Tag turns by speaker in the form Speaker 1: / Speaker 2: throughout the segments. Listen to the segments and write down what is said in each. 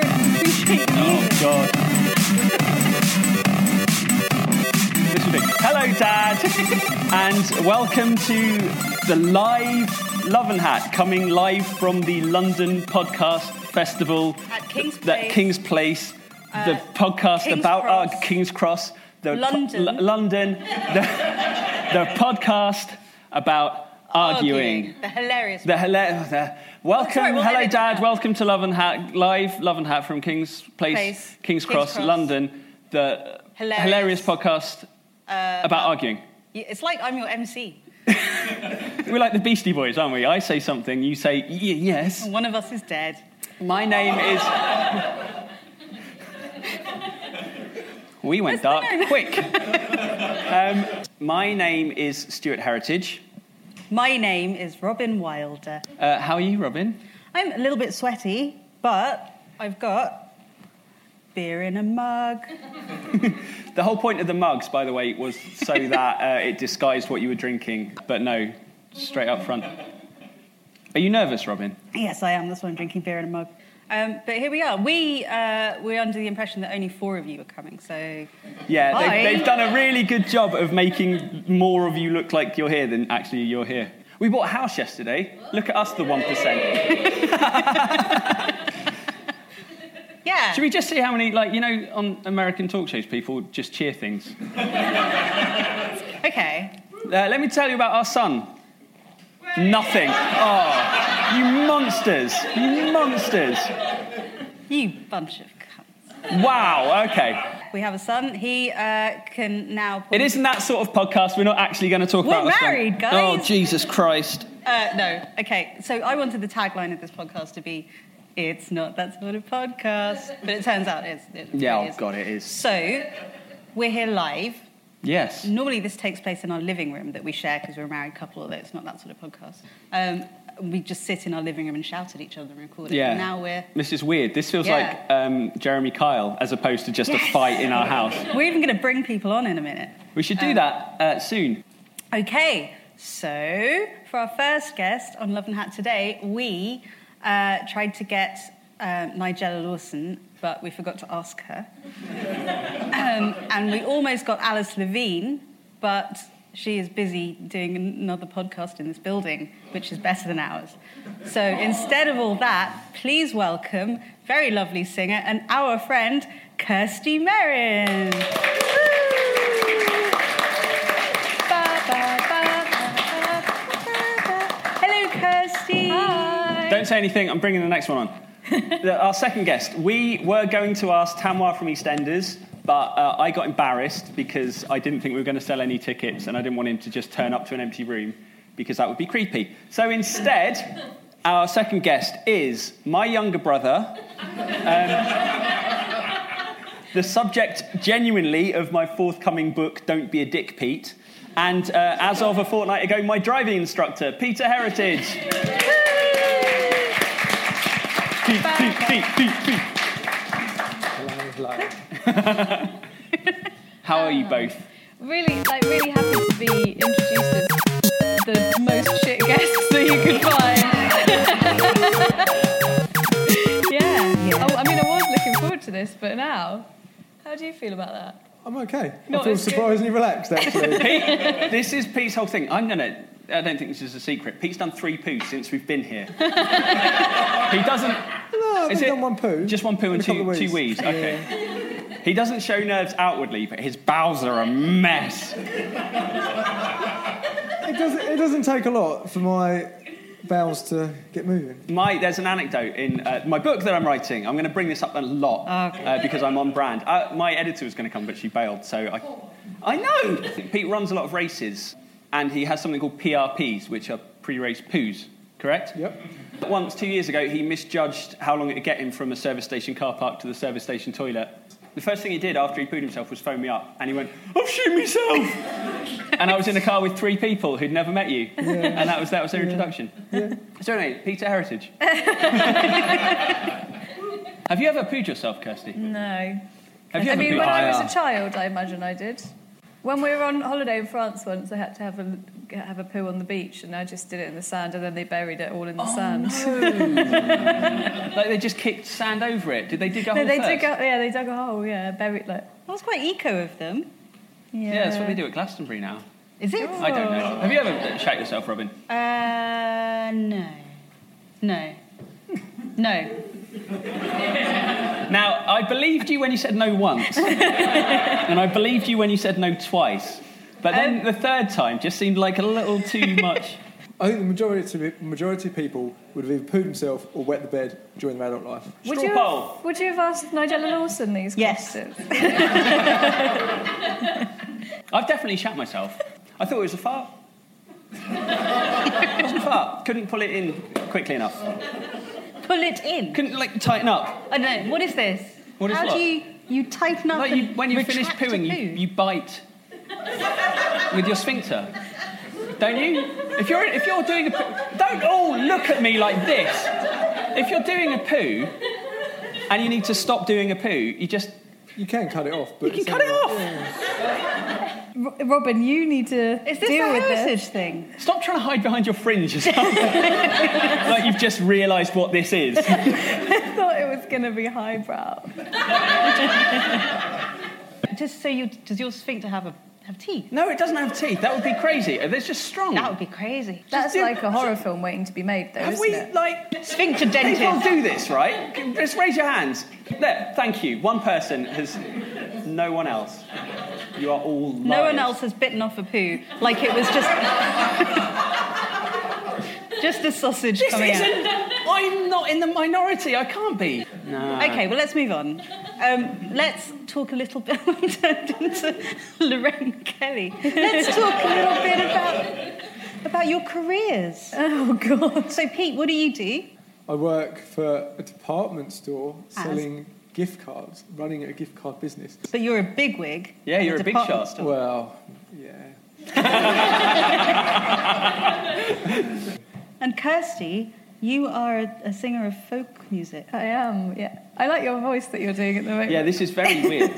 Speaker 1: Oh God. This will be- Hello, Dad, and welcome to the live Love and Hat coming live from the London Podcast Festival
Speaker 2: At King's
Speaker 1: that
Speaker 2: Place. Uh,
Speaker 1: King's Place, the podcast
Speaker 2: King's
Speaker 1: about
Speaker 2: Cross.
Speaker 1: uh, King's Cross, the po-
Speaker 2: London.
Speaker 1: L- London, the, the podcast about arguing.
Speaker 2: The hilarious.
Speaker 1: The hila- the- welcome,
Speaker 2: Sorry, we'll
Speaker 1: hello,
Speaker 2: edit
Speaker 1: Dad.
Speaker 2: that.
Speaker 1: Welcome to Love and Hat Live, Love and Hat from King's Place,
Speaker 2: Place,
Speaker 1: King's,
Speaker 2: King's
Speaker 1: Cross,
Speaker 2: Cross.
Speaker 1: London. The
Speaker 2: Hilarious. Uh,
Speaker 1: podcast about arguing.
Speaker 2: Yeah, It's like I'm your MC.
Speaker 1: We're like the Beastie Boys, aren't we? I say something, you say y- yes.
Speaker 2: One of us is dead.
Speaker 1: My name is. we went dark quick. um, my name is Stuart Heritage.
Speaker 2: My name is Robin Wilder.
Speaker 1: Uh, how are you, Robin?
Speaker 2: I'm a little bit sweaty, but I've got beer in a mug.
Speaker 1: The whole point of the mugs, by the way, was so that uh, it disguised what you were drinking. But no, straight up front. Are you nervous, Robin?
Speaker 2: Yes, I am. That's why I'm drinking beer in a mug. Um, but here we are. We uh, we're under the impression that only four of you are coming. So
Speaker 1: Yeah,
Speaker 2: Hi.
Speaker 1: they've, they've done a really good job of making more of you look like you're here than actually you're here. We bought a house yesterday. Look at us, the 1%.
Speaker 2: yeah,
Speaker 1: Should we just see how many, like, you know, on American talk shows, people just cheer things?
Speaker 2: okay.
Speaker 1: Uh, let me tell you about our son. Nothing. Oh, you monsters. You monsters.
Speaker 2: You bunch of cunts.
Speaker 1: Wow, okay.
Speaker 2: We have a son. He uh, can now.
Speaker 1: It isn't that sort of podcast. We're not actually going to talk
Speaker 2: We're
Speaker 1: about. this one.
Speaker 2: married, guys.
Speaker 1: Oh Jesus Christ!
Speaker 2: Uh, no. Okay. So I wanted the tagline of this podcast to be, "It's not that sort of podcast," but it turns out it's. It
Speaker 1: Yeah,
Speaker 2: really
Speaker 1: oh
Speaker 2: is.
Speaker 1: God, it is.
Speaker 2: So we're here live.
Speaker 1: Yes.
Speaker 2: Normally, this takes place in our living room that we share because we're a married couple. Although it's not that sort of podcast. Um, we just sit in our living room and shout at each other and record it.
Speaker 1: Yeah.
Speaker 2: And now we're.
Speaker 1: This is weird. This feels
Speaker 2: Yeah.
Speaker 1: like um, Jeremy Kyle, as opposed to just a
Speaker 2: Yes.
Speaker 1: fight in our house.
Speaker 2: We're even going to bring people on in a minute.
Speaker 1: We should do
Speaker 2: Um,
Speaker 1: that uh, soon.
Speaker 2: Okay, so for our first guest on Love and Hat today, we uh, tried to get um, Nigella Lawson, but we forgot to ask her. um, and we almost got Alice Levine, but she is busy doing another podcast in this building, which is better than ours. So instead of all that, please welcome very lovely singer and our friend, Kirsty Merrin. Woo! Ba, ba, ba, ba, ba, ba. Hello, Kirsty. Hi.
Speaker 1: Don't say anything. I'm bringing the next one on. The- Our second guest. We were going to ask Tamwar from EastEnders, but uh, I got embarrassed because I didn't think we were going to sell any tickets, and I didn't want him to just turn up to an empty room because that would be creepy. So instead, our second guest is my younger brother. Um, the subject, genuinely, of my forthcoming book, Don't Be a Dick, Pete. And uh, as of a fortnight ago, my driving instructor, Peter Heritage. Beep, beep, beep, beep, beep. How are you both?
Speaker 3: Really, like, really happy to be introduced as the most shit guests that you could find. yeah. Oh, I mean, I was looking forward to this, but now, how do you feel about that?
Speaker 4: I'm okay.
Speaker 3: Not
Speaker 4: I feel
Speaker 3: as good.
Speaker 4: surprisingly relaxed, actually.
Speaker 1: Pete, this is Pete's whole thing. I'm gonna. I don't think this is a secret. Pete's done three poos since we've been here. he doesn't.
Speaker 4: no,
Speaker 1: Is
Speaker 4: I've
Speaker 1: it-
Speaker 4: done one poo.
Speaker 1: Just one poo
Speaker 4: in
Speaker 1: and
Speaker 4: a couple
Speaker 1: two,
Speaker 4: of
Speaker 1: two wees. Okay. He doesn't show nerves outwardly, but his bowels are a mess.
Speaker 4: It doesn't, it doesn't take a lot for my bowels to get moving.
Speaker 1: My, there's an anecdote in uh, my book that I'm writing. I'm going to bring this up a lot uh, because I'm on brand. Uh, my editor was going to come, but she bailed. So I, I know. Pete runs a lot of races, and he has something called PRPs, which are pre-race poos. Correct.
Speaker 4: Yep.
Speaker 1: Once, two years ago, he misjudged how long it would get him from a service station car park to the service station toilet. The first thing he did after he pooed himself was phone me up, and he went, "I've shit myself," and I was in a car with three people who'd never met you, and that was that was their introduction. So anyway, Peter Heritage. Have you ever pooed yourself, Kirsty?
Speaker 3: No.
Speaker 1: Have you
Speaker 3: I
Speaker 1: ever
Speaker 3: mean,
Speaker 1: pooed?
Speaker 3: when I was a child, I imagine I did. When we were on holiday in France once, I had to have a have a poo on the beach, and I just did it in the sand, and then they buried it all in the
Speaker 1: Oh,
Speaker 3: sand.
Speaker 1: like they just kicked sand over it. Did they dig a hole
Speaker 3: no, they
Speaker 1: first?
Speaker 3: dug a, yeah, they dug a hole, yeah, buried like.
Speaker 2: That was quite eco of them.
Speaker 3: Yeah.
Speaker 1: Yeah, that's what they do at Glastonbury now.
Speaker 2: Is it?
Speaker 1: I don't know. Have you ever shat yourself, Robin?
Speaker 2: Uh, no. No. No.
Speaker 1: Now, I believed you when you said no once, and I believed you when you said no twice, but
Speaker 3: Um,
Speaker 1: then the third time just seemed like a little too much.
Speaker 4: I think the majority of, majority of people would have either pooed themselves or wet the bed during their adult life.
Speaker 3: Would
Speaker 1: Straw
Speaker 3: you,
Speaker 1: poll.
Speaker 3: have, would you have asked Nigella Lawson these
Speaker 2: Yes.
Speaker 3: questions?
Speaker 1: I've definitely shat myself. I thought it was a fart. it was a fart. Couldn't pull it in quickly enough.
Speaker 2: Pull it in.
Speaker 1: Couldn't like tighten up.
Speaker 2: I don't know. What is this?
Speaker 1: What is
Speaker 2: How
Speaker 1: what?
Speaker 2: do you you tighten up?
Speaker 1: Like you,
Speaker 2: and
Speaker 1: when you finish
Speaker 2: retract a
Speaker 1: pooing,
Speaker 2: poo?
Speaker 1: you, you bite with your sphincter, don't you? If you're if you're doing a poo, don't all look at me like this. If you're doing a poo and you need to stop doing a poo, you just
Speaker 4: You can cut it off, but
Speaker 1: you
Speaker 4: it's
Speaker 1: can cut it
Speaker 4: anyway.
Speaker 1: off.
Speaker 3: Robin, you need to
Speaker 2: Is this
Speaker 3: deal
Speaker 2: a
Speaker 3: with
Speaker 2: heritage
Speaker 3: this.
Speaker 2: thing?
Speaker 1: Stop trying to hide behind your fringe or something. like you've just realised what this is.
Speaker 3: I thought it was going to be highbrow.
Speaker 2: Just so you does your sphincter have a have teeth?
Speaker 1: No, it doesn't have teeth. That would be crazy. They're just strong.
Speaker 2: That would be crazy.
Speaker 3: That's
Speaker 1: do-
Speaker 3: like a horror film waiting to be made, though,
Speaker 1: Have
Speaker 3: isn't
Speaker 1: we
Speaker 3: it?
Speaker 1: like
Speaker 2: Sphincter
Speaker 1: People
Speaker 2: dentist.
Speaker 1: do this, right? Just raise your hands. There, thank you. One person has. No one else. You are all. Liars.
Speaker 2: No one else has bitten off a poo like it was just just a sausage
Speaker 1: This
Speaker 2: coming out.
Speaker 1: isn't. I'm not in the minority. I can't be. No.
Speaker 2: Okay, well let's move on. Um, let's talk a little bit. I'm turned into Lorraine Kelly. Let's talk a little bit about about your careers.
Speaker 3: Oh, God.
Speaker 2: So Pete, what do you do?
Speaker 4: I work for a department store selling gift cards, running a gift card business.
Speaker 2: But you're a bigwig.
Speaker 1: Yeah,
Speaker 2: in
Speaker 1: you're a big
Speaker 2: department
Speaker 1: shot.
Speaker 2: store.
Speaker 4: Well, yeah.
Speaker 2: And Kirsty, you are a, a singer of folk music.
Speaker 3: I am, yeah. I like your voice that you're doing at the moment.
Speaker 1: Yeah, this is very weird.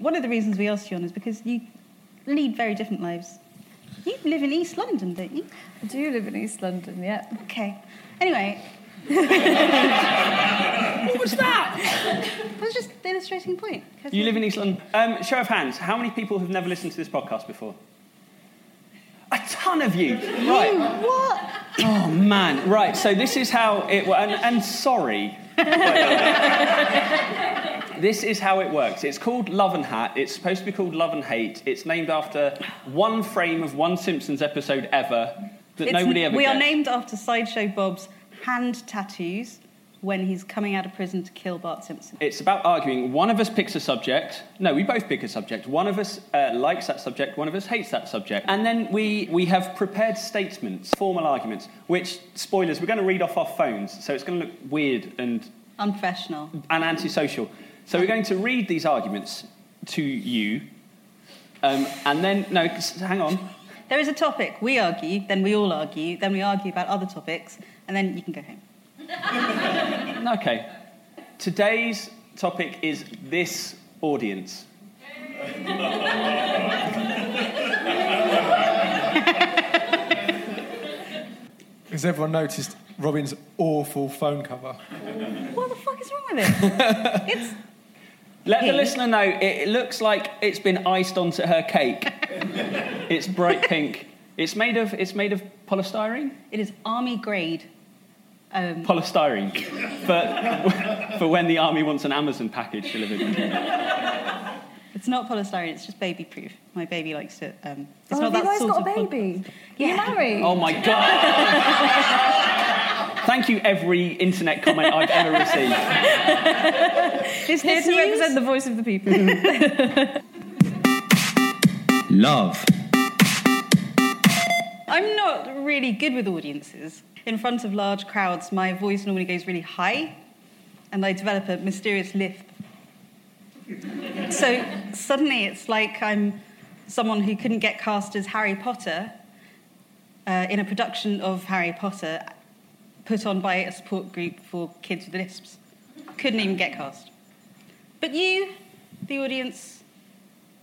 Speaker 2: One of the reasons we asked you on is because you lead very different lives. You live in East London, don't you?
Speaker 3: I do live in East London, yeah.
Speaker 2: Okay. Anyway,
Speaker 1: what was that?
Speaker 2: I was just illustrating a point. Kirsty.
Speaker 1: You live in East London. Um, show of hands. How many people have never listened to this podcast before? A ton of you. Right.
Speaker 2: You what?
Speaker 1: Oh man, right. So this is how it works. And, and sorry. this is how it works. It's called Love and Hat. It's supposed to be called Love and Hate. It's named after one frame of one Simpsons episode ever that
Speaker 2: It's-
Speaker 1: nobody ever.
Speaker 2: we are
Speaker 1: gets.
Speaker 2: named after Sideshow Bob's hand tattoos when he's coming out of prison to kill Bart Simpson.
Speaker 1: It's about arguing. One of us picks a subject. No, we both pick a subject. One of us uh, likes that subject. One of us hates that subject. And then we, we have prepared statements, formal arguments, which, spoilers, we're going to read off our phones. So it's going to look weird and
Speaker 2: Unprofessional.
Speaker 1: and antisocial. So we're going to read these arguments to you, Um, and then, no, s- hang on.
Speaker 2: There is a topic, we argue, then we all argue, then we argue about other topics, and then you can go home.
Speaker 1: Okay. Today's topic is this audience.
Speaker 4: Has everyone noticed Robin's awful phone cover?
Speaker 2: What the fuck is wrong with it? it's
Speaker 1: Let the
Speaker 2: Pink.
Speaker 1: listener know it, it looks like it's been iced onto her cake. it's bright pink. It's made of it's made of polystyrene.
Speaker 2: it is army grade. Um,
Speaker 1: Polystyrene. But for when the army wants an Amazon package delivered.
Speaker 2: it's not polystyrene. It's just baby proof. My baby likes it. Um, it's
Speaker 3: Oh, have
Speaker 2: not
Speaker 3: you
Speaker 2: that
Speaker 3: guys
Speaker 2: sort
Speaker 3: got a
Speaker 2: of pol-
Speaker 3: baby?
Speaker 2: Yeah.
Speaker 3: You're married.
Speaker 1: Oh my god. Thank you every internet comment I've ever received.
Speaker 3: It's here to represent the voice of the people.
Speaker 5: Love.
Speaker 2: I'm not really good with audiences. In front of large crowds, my voice normally goes really high, and I develop a mysterious lisp. so suddenly it's like I'm someone who couldn't get cast as Harry Potter uh, in a production of Harry Potter put on by a support group for kids with lisps. Couldn't even get cast. But you, the audience,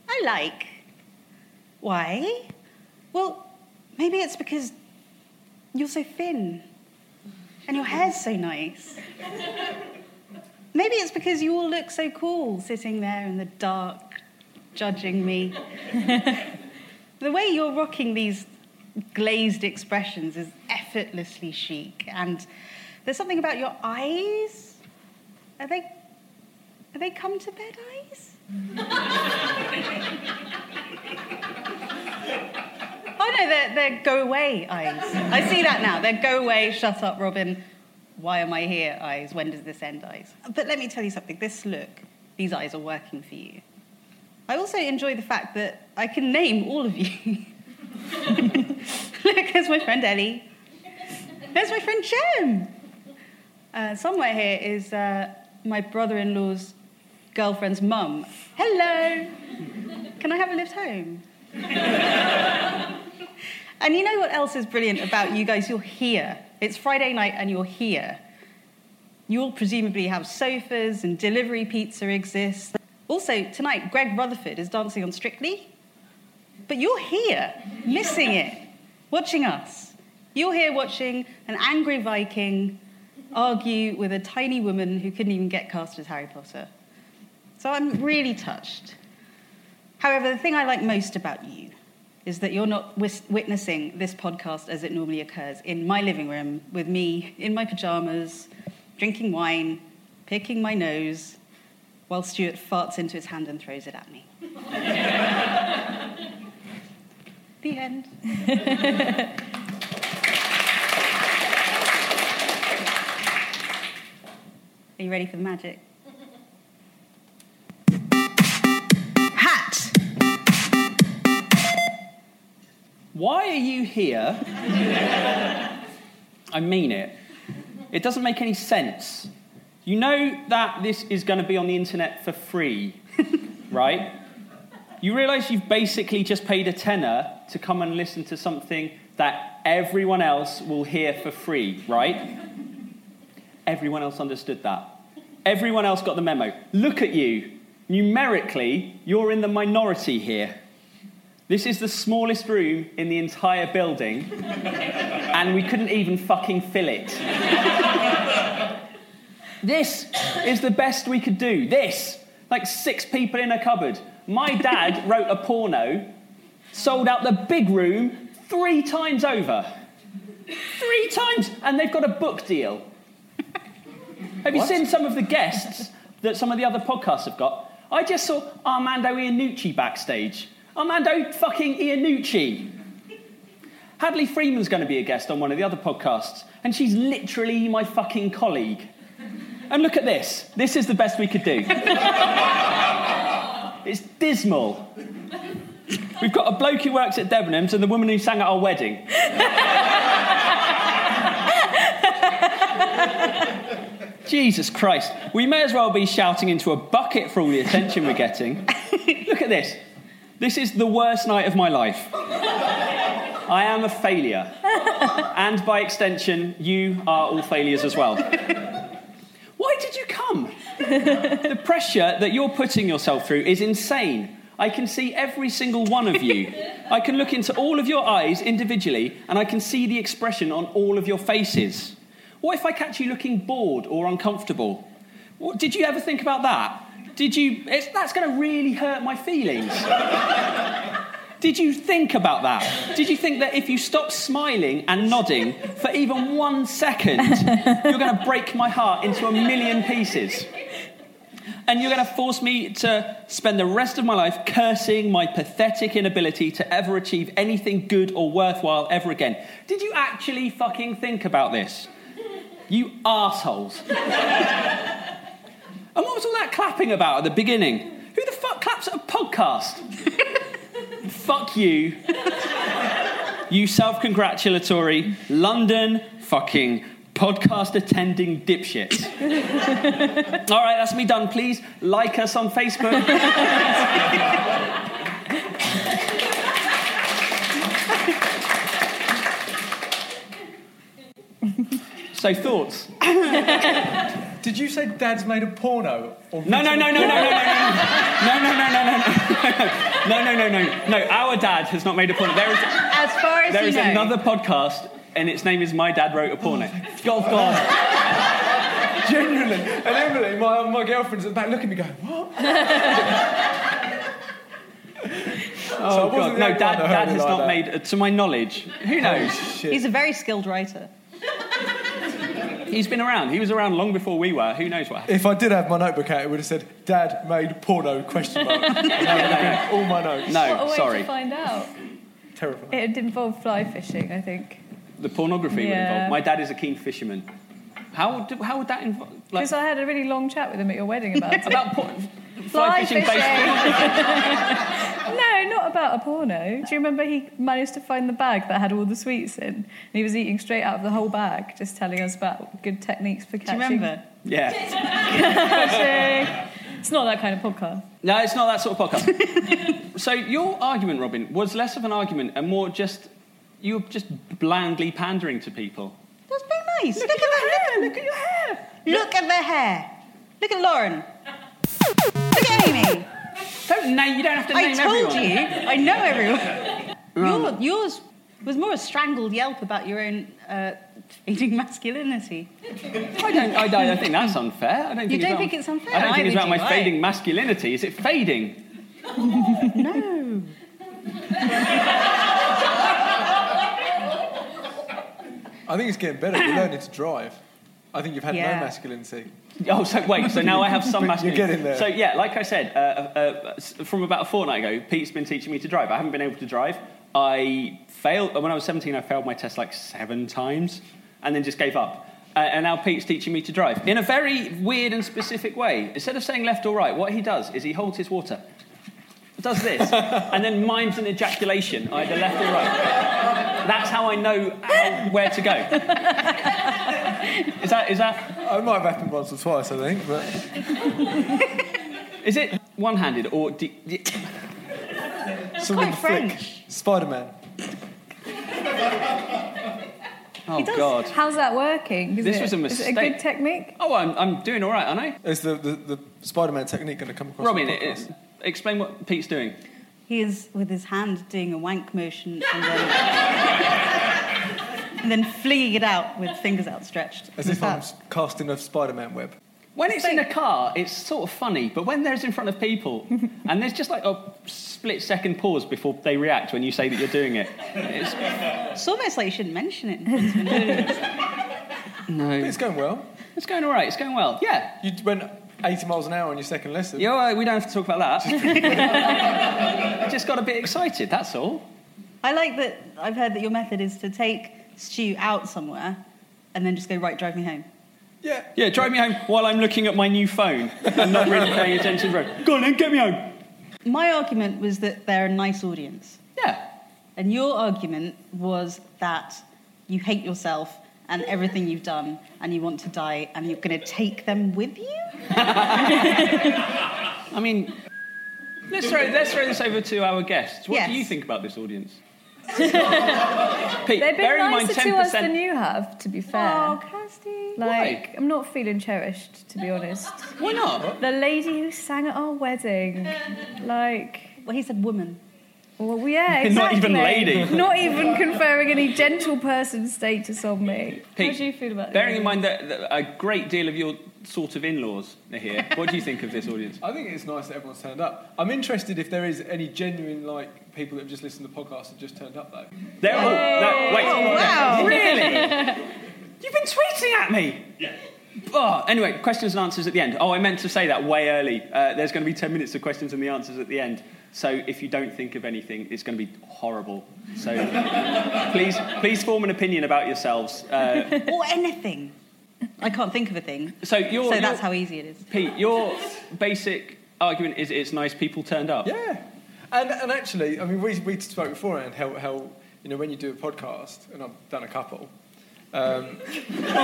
Speaker 2: I like. Why? Well, Maybe it's because you're so thin and your hair's so nice. Maybe it's because you all look so cool sitting there in the dark, judging me. the way you're rocking these glazed expressions is effortlessly chic, and there's something about your eyes. Are they, are they come to bed eyes? Oh no, they're, they're go away eyes. I see that now. They're go away, shut up, Robin. Why am I here eyes? When does this end eyes? But let me tell you something. This look, these eyes are working for you. I also enjoy the fact that I can name all of you. look, there's my friend Ellie. There's my friend Jem. Uh, somewhere here is uh, my brother in law's girlfriend's mum. Hello. Can I have a lift home? And you know what else is brilliant about you guys? You're here. It's Friday night and you're here. You all presumably have sofas and delivery pizza exists. Also, tonight, Greg Rutherford is dancing on Strictly. But you're here, missing it, watching us. You're here watching an angry Viking argue with a tiny woman who couldn't even get cast as Harry Potter. So I'm really touched. However, the thing I like most about you is that you're not wis- witnessing this podcast as it normally occurs in my living room with me in my pajamas, drinking wine, picking my nose, while Stuart farts into his hand and throws it at me. the end. Are you ready for the magic? Hat!
Speaker 1: Why are you here? I mean it. It doesn't make any sense. You know that this is going to be on the internet for free, right? You realize you've basically just paid a tenner to come and listen to something that everyone else will hear for free, right? Everyone else understood that. Everyone else got the memo. Look at you. Numerically, you're in the minority here. This is the smallest room in the entire building, and we couldn't even fucking fill it. this is the best we could do. This. Like six people in a cupboard. My dad wrote a porno, sold out the big room three times over. Three times! And they've got a book deal. Have you seen some of the guests that some of the other podcasts have got? I just saw Armando Iannucci backstage. Armando fucking Iannucci. Hadley Freeman's going to be a guest on one of the other podcasts, and she's literally my fucking colleague. And look at this. This is the best we could do. it's dismal. We've got a bloke who works at Debenhams and the woman who sang at our wedding. Jesus Christ. We may as well be shouting into a bucket for all the attention we're getting. Look at this. This is the worst night of my life. I am a failure. and by extension, you are all failures as well. Why did you come? the pressure that you're putting yourself through is insane. I can see every single one of you. I can look into all of your eyes individually, and I can see the expression on all of your faces. What if I catch you looking bored or uncomfortable? What, did you ever think about that? Did you? It's, that's going to really hurt my feelings. Did you think about that? Did you think that if you stop smiling and nodding for even one second, you're going to break my heart into a million pieces? And you're going to force me to spend the rest of my life cursing my pathetic inability to ever achieve anything good or worthwhile ever again. Did you actually fucking think about this? You assholes. and what was all that clapping about at the beginning? Who the fuck claps at a podcast? fuck you. you self congratulatory London fucking podcast attending dipshits. All right, that's me done. Please like us on Facebook. so, thoughts?
Speaker 4: Did you say Dad's made a porno? Or
Speaker 1: No, no, no, no, no, no, no, no, no, no, no, no, no, no, no, no, no. Our dad has not made a porno. There is,
Speaker 2: As far as
Speaker 1: there
Speaker 2: you
Speaker 1: is
Speaker 2: know.
Speaker 1: another podcast, and its name is My Dad Wrote a Porno. God, God.
Speaker 4: Genuinely. And Emily, my, my girlfriend's at the back looking at me going, what?
Speaker 1: Oh,
Speaker 4: wasn't the
Speaker 1: God. No,
Speaker 4: only
Speaker 1: dad,
Speaker 4: one that heard
Speaker 1: dad
Speaker 4: me
Speaker 1: has
Speaker 4: like
Speaker 1: not
Speaker 4: that.
Speaker 1: made, to my knowledge. Who knows?
Speaker 2: He's a very skilled writer.
Speaker 1: He's been around. He was around long before we were. Who knows what happened?
Speaker 4: If I did have my notebook out, it would have said, Dad made porno, question mark. And I would have been all my notes.
Speaker 3: what a way to find out.
Speaker 4: Terrifying.
Speaker 3: It involved fly fishing, I think.
Speaker 1: The pornography were
Speaker 3: Yeah.
Speaker 1: involved. My dad is a keen fisherman. How, would- how would that involve? Like,
Speaker 3: Because I had a really long chat with him at your wedding about it.
Speaker 1: About por-
Speaker 3: fly
Speaker 1: fishing
Speaker 3: fishing.
Speaker 1: based
Speaker 3: no, not about a porno. Do you remember he managed to find the bag that had all the sweets in, and he was eating straight out of the whole bag, just telling us about good techniques for catching.
Speaker 2: remember?
Speaker 1: yeah.
Speaker 3: catching. It's not that kind of podcast.
Speaker 1: No, it's not that sort of podcast. so your argument, Robin, was less of an argument and more just you were just blandly pandering to people.
Speaker 2: That's very nice. Look, at that hair. Look at your hair. Look at the hair. Look at Lauren. Look at Amy.
Speaker 1: Don't name. You don't have to
Speaker 2: I
Speaker 1: name
Speaker 2: told
Speaker 1: everyone. Um,
Speaker 2: you. I know everyone. Your, yours was more a strangled yelp about your own uh, fading masculinity.
Speaker 1: I don't. I, don't- I think that's unfair. I don't.
Speaker 2: You
Speaker 1: Think
Speaker 2: don't
Speaker 1: about-
Speaker 2: think it's unfair?
Speaker 1: I don't
Speaker 2: I
Speaker 1: think it's
Speaker 2: think
Speaker 1: about my
Speaker 2: you're right.
Speaker 1: fading masculinity. Is it fading?
Speaker 2: no.
Speaker 4: I think it's getting better. You're learning to drive. I think you've had
Speaker 1: Yeah.
Speaker 4: no masculinity.
Speaker 1: Oh, so wait. So now I have some
Speaker 4: You're
Speaker 1: masculinity.
Speaker 4: getting there.
Speaker 1: So yeah, like I said, uh, uh, uh, s- from about a fortnight ago, Pete's been teaching me to drive. I haven't been able to drive. I failed when I was 17. I failed my test like seven times, and then just gave up. Uh, and now Pete's teaching me to drive in a very weird and specific way. Instead of saying left or right, what he does is he holds his water, does this, and then mimes an ejaculation either left or right. That's how I know how, where to go. Is that is that?
Speaker 4: It might have happened once or twice, I think. But
Speaker 1: Is it one-handed or? Do, do-
Speaker 4: someone
Speaker 1: quite
Speaker 4: flick. Spider-Man.
Speaker 1: oh
Speaker 3: He does-
Speaker 1: God!
Speaker 3: How's that working? Is
Speaker 1: This
Speaker 3: it-
Speaker 1: was a
Speaker 3: Is it a
Speaker 1: mistake.
Speaker 3: good technique?
Speaker 1: Oh, I'm, I'm doing all right, aren't I?
Speaker 4: Is the, the, the Spider-Man technique going to come across?
Speaker 1: Robin,
Speaker 4: on the
Speaker 1: it- it's,
Speaker 4: podcast?
Speaker 1: explain what Pete's doing.
Speaker 2: He is with his hand doing a wank motion and then, and then flinging it out with fingers outstretched.
Speaker 4: as if I'm s- casting a Spider-Man web.
Speaker 1: When it's in a car, it's sort of funny, but when there's in front of people and there's just like a split-second pause before they react when you say that you're doing it, it's
Speaker 2: It's almost like you shouldn't mention it. in front of him.
Speaker 1: no.
Speaker 4: it's going well.
Speaker 1: It's going all right. It's going well. Yeah.
Speaker 4: You went 80 miles an hour on your second lesson.
Speaker 1: Yeah, well, we don't have to talk about that. I just got a bit excited. That's all.
Speaker 2: I like that I've heard that your method is to take Stu out somewhere and then just go, right, drive me home.
Speaker 1: Yeah, drive me home while I'm looking at my new phone and not really paying attention to the road. Go on then, get me home.
Speaker 2: My argument was that they're a nice audience.
Speaker 1: Yeah.
Speaker 2: And your argument was that you hate yourself and everything you've done and you want to die and you're going to take them with you?
Speaker 1: I mean, Let's throw, let's throw this over to our guests. What
Speaker 3: Yes.
Speaker 1: do you think about this audience? Pete,
Speaker 3: They've
Speaker 1: bear
Speaker 3: been
Speaker 1: in mind
Speaker 3: nicer to us
Speaker 1: 10%.
Speaker 3: than you have, to be fair.
Speaker 2: Oh,
Speaker 3: Kirsty. Like, I'm not feeling cherished, to be honest.
Speaker 1: Why not?
Speaker 3: The lady who sang at our wedding. Like.
Speaker 2: Well, he said woman.
Speaker 3: Well, yeah,
Speaker 1: Not
Speaker 3: exactly.
Speaker 1: even lady.
Speaker 3: Not even conferring any gentle person status on me.
Speaker 1: Pete,
Speaker 3: How do you feel about
Speaker 1: Bearing
Speaker 3: this?
Speaker 1: in mind that, that a great deal of your sort of in laws are here, what do you think of this audience?
Speaker 4: I think it's nice that everyone's turned up. I'm interested if there is any genuine like people that have just listened to the podcast and just turned up though.
Speaker 1: They're all. No,
Speaker 2: Oh,
Speaker 1: wait. Really? You've been tweeting at me. Yeah. Oh, anyway, questions and answers at the end. Oh, I meant to say that way early. Uh, there's going to be 10 minutes of questions and the answers at the end. So if you don't think of anything, it's going to be horrible. So please, please form an opinion about yourselves. Uh,
Speaker 2: or anything. I can't think of a thing.
Speaker 1: so your,
Speaker 2: so that's
Speaker 1: your-
Speaker 2: how easy it is.
Speaker 1: Pete, your basic argument is it's nice people turned up.
Speaker 4: Yeah. And, and actually, I mean, we, we spoke beforehand how, how, you know, when you do a podcast, and I've done a couple. Um, oh, look at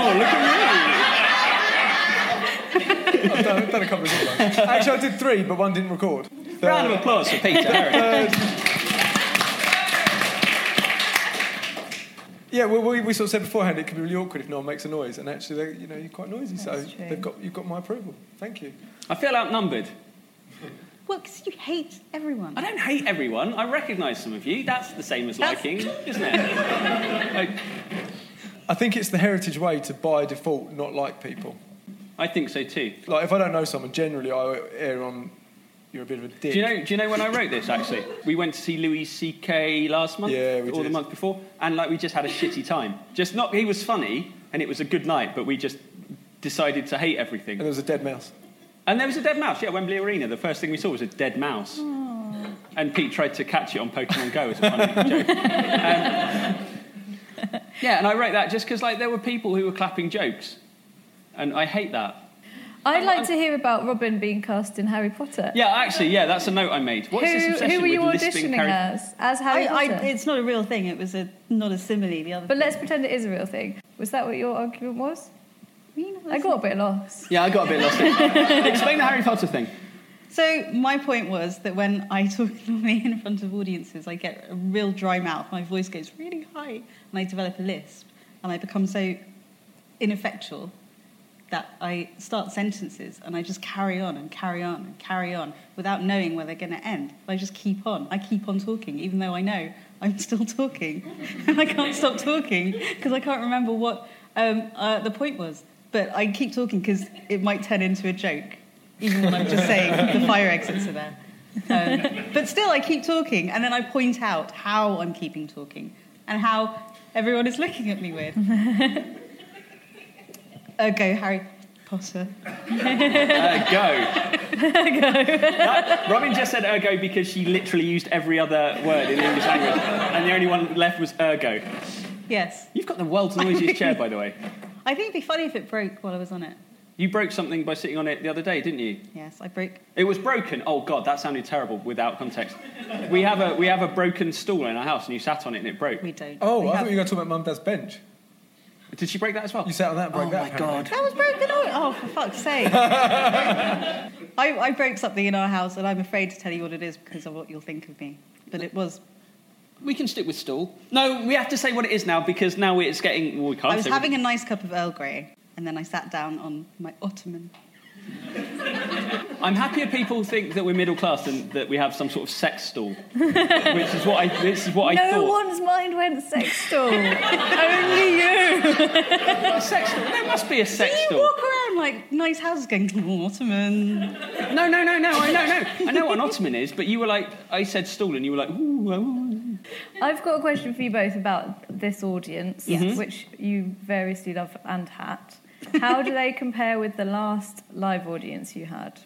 Speaker 4: me! I've done, done a couple of good ones. Actually, I did three, but one didn't record.
Speaker 1: Round of applause for Peter. Eric.
Speaker 4: yeah, well, we, we sort of said beforehand it can be really awkward if no one makes a noise, and actually, they're, you know, you're quite noisy, so they've got, you've got my approval. Thank you.
Speaker 1: I feel outnumbered.
Speaker 2: Well, because you hate everyone.
Speaker 1: I don't hate everyone. I recognise some of you. That's the same as liking, isn't it? Like,
Speaker 4: I think it's the heritage way to, by default, not like people.
Speaker 1: I think so too.
Speaker 4: Like, if I don't know someone, generally I err on you're a bit of a dick.
Speaker 1: Do you know? Do you know when I wrote this? Actually, we went to see Louis C.K. last month,
Speaker 4: Yeah, we
Speaker 1: or the
Speaker 4: did.
Speaker 1: month before, and like we just had a shitty time. Just not. He was funny, and it was a good night, but we just decided to hate everything. And there
Speaker 4: was a dead mouse.
Speaker 1: And there was a dead mouse. Yeah, Wembley Arena. The first thing we saw was a dead mouse. And Pete tried to catch it on Pokemon Go as a funny joke. Um, yeah, and I wrote that just because like there were people who were clapping jokes, and I hate that.
Speaker 3: I'd like to hear about Robin being cast in Harry Potter.
Speaker 1: Yeah, actually, yeah, that's a note I made. What's
Speaker 3: who,
Speaker 1: this obsession
Speaker 3: who were you
Speaker 1: with lisping
Speaker 3: auditioning
Speaker 1: Harry?
Speaker 3: as? As Harry
Speaker 2: I- I-
Speaker 3: Potter?
Speaker 2: it's not a real thing. It was a not a simile. The other.
Speaker 3: But let's pretend it is a real thing. Was that what your argument was? I got a bit lost.
Speaker 1: Yeah, I got a bit lost. there. Explain the Harry Potter thing.
Speaker 2: So my point was that when I talk normally in front of audiences, I get a real dry mouth. My voice goes really high, and I develop a lisp, and I become so ineffectual that I start sentences and I just carry on and carry on and carry on without knowing where they're going to end. I just keep on. I keep on talking, even though I know I'm still talking, and I can't stop talking because I can't remember what um, uh, the point was. But I keep talking because it might turn into a joke, even when I'm just saying the fire exits are there. Um, but still, I keep talking, and then I point out how I'm keeping talking and how everyone is looking at me weird. uh, go, Harry Potter.
Speaker 1: Uh, go. That- Robin just said ergo because she literally used every other word in the English language, and the only one left was ergo.
Speaker 2: Yes.
Speaker 1: You've got the world's noisiest chair, by the way.
Speaker 2: I think it'd be funny if it broke while I was on it.
Speaker 1: You broke something by sitting on it the other day, didn't you?
Speaker 2: Yes, I broke.
Speaker 1: It was broken. Oh god, that sounded terrible without context. We have a we have a broken stool in our house, and you sat on it and it broke.
Speaker 2: We don't.
Speaker 4: Oh, I thought you were going to talk about Mum and Dad's bench.
Speaker 1: Did she break that as well? You
Speaker 4: sat on that and broke
Speaker 1: Oh
Speaker 4: that.
Speaker 1: my
Speaker 4: apparently.
Speaker 2: That was broken. Oh, oh for fuck's sake. I, I broke something in our house, and I'm afraid to tell you what it is because of what you'll think of me. But it was.
Speaker 1: We can stick with stool. No, we have to say what it is now because now it's getting. Well, we can't
Speaker 2: I was
Speaker 1: say what-
Speaker 2: having a nice cup of Earl Grey, and then I sat down on my ottoman.
Speaker 1: I'm happier people think that we're middle class than that we have some sort of sex stall, which is what I, this is what I
Speaker 3: no
Speaker 1: thought.
Speaker 3: one's mind went sex doll. Only you.
Speaker 1: sex doll? There must be a sex
Speaker 2: Do you
Speaker 1: stall.
Speaker 2: walk around like nice houses going "Oh, ottoman?
Speaker 1: No, no, no, no. I know, no. I know what an ottoman is, but you were like, I said stall, and you were like, ooh, oh, ooh.
Speaker 3: I've got a question for you both about this audience,
Speaker 2: Mm-hmm.
Speaker 1: Yes.
Speaker 3: which you variously love and hat. How do they compare with the last live audience you had?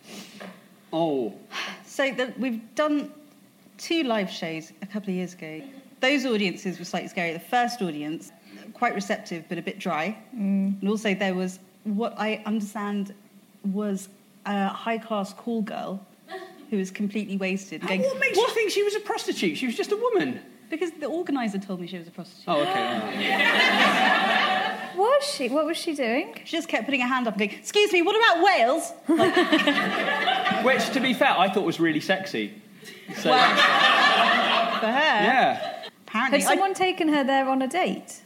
Speaker 1: Oh.
Speaker 2: So the, we've done two live shows a couple of years ago. Those audiences were slightly scary. The first audience, quite receptive but a bit dry.
Speaker 3: Mm.
Speaker 2: And also there was what I understand was a high class call girl who was completely wasted. Going,
Speaker 1: What makes you think she was a prostitute? She was just a woman.
Speaker 2: Because the organizer told me she was a prostitute.
Speaker 1: Oh, okay. all right.
Speaker 3: Was she? What was she doing?
Speaker 2: She just kept putting her hand up and going, "Excuse me, what about Wales?"
Speaker 1: Which, to be fair, I thought was really sexy. So,
Speaker 2: For her.
Speaker 1: yeah.
Speaker 2: Apparently,
Speaker 3: Had someone taken her there on a date?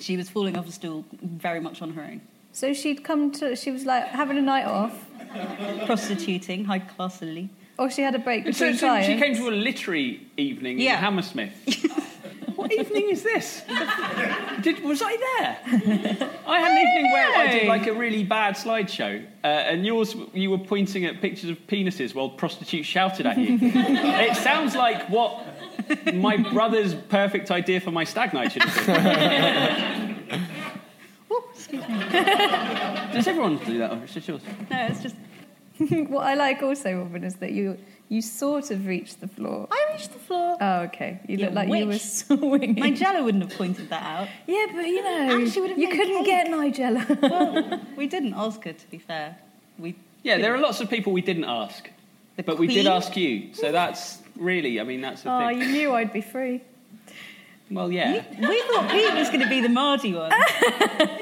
Speaker 2: She was falling off a stool very much on her own.
Speaker 3: So she'd come to, she was like having a night off,
Speaker 2: Prostituting, high classily.
Speaker 3: or she had a break
Speaker 1: So,
Speaker 3: between
Speaker 1: so
Speaker 3: clients.
Speaker 1: she came to a literary evening
Speaker 3: Yeah.
Speaker 1: in Hammersmith. what evening is this? Did, was I there? I had an evening where I did like a really bad slideshow, uh, and yours you were pointing at pictures of penises while prostitutes shouted at you. it sounds like what my brother's perfect idea for my stag night should have been.
Speaker 2: Oh, excuse me.
Speaker 1: Does everyone do that, or is it just yours?
Speaker 3: No, it's just. what I like also, Robin, is that you you sort of reached the floor.
Speaker 2: I reached the floor.
Speaker 3: Oh, okay. You
Speaker 2: Yeah,
Speaker 3: look like you were
Speaker 2: which-
Speaker 3: swinging.
Speaker 2: Nigella wouldn't have pointed that out.
Speaker 3: Yeah, but you know,
Speaker 2: And she would have
Speaker 3: you
Speaker 2: made
Speaker 3: couldn't get Nigella.
Speaker 2: Well, we didn't ask her, to be fair. We
Speaker 1: Yeah, there are lots of people we didn't ask, but we did
Speaker 3: Queen?
Speaker 1: ask you. So that's really, I mean, that's the
Speaker 3: oh,
Speaker 1: thing.
Speaker 3: you knew I'd be free.
Speaker 1: Well, yeah.
Speaker 2: we thought Pete was going to be the Mardy one.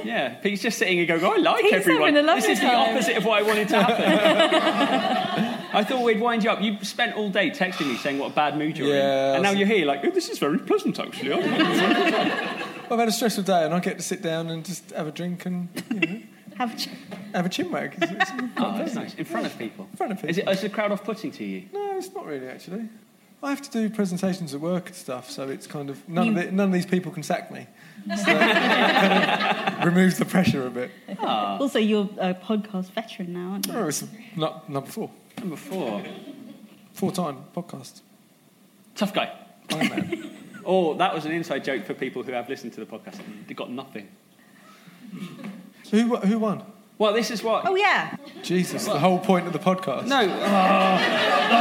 Speaker 1: Yeah, Pete's just sitting and going, I like
Speaker 2: Pete's
Speaker 1: everyone.
Speaker 2: having a
Speaker 1: this
Speaker 2: lovely
Speaker 1: is
Speaker 2: time."
Speaker 1: the opposite of what I wanted to happen. I thought we'd wind you up. You spent all day texting me saying what a bad mood you're in. And now you're here, like, oh, this is very pleasant, actually. I'm having a lovely time."
Speaker 4: I've had a stressful day, and I get to sit down and just have a drink and you know,
Speaker 2: have a ch-
Speaker 4: have a chinwag. It's, it's quite
Speaker 1: oh, that's
Speaker 4: pleasant.
Speaker 1: nice. In front of people.
Speaker 4: In front of people.
Speaker 1: Is, it, is the crowd off putting to you?
Speaker 4: No, it's not really actually. I have to do presentations at work and stuff, so it's kind of none,
Speaker 1: You-
Speaker 4: of, it, none of these people can sack me. Removes the pressure a bit.
Speaker 2: Also, you're a podcast veteran now, aren't you?
Speaker 4: Oh, it's nu- number four.
Speaker 1: Number four.
Speaker 4: Four time podcast.
Speaker 1: Tough guy. Oh, that was an inside joke for people who have listened to the podcast. They got nothing.
Speaker 4: Who, wo- who won?
Speaker 1: Well, this is what.
Speaker 2: Oh, yeah.
Speaker 4: Jesus, the whole point of the podcast.
Speaker 1: No. Oh,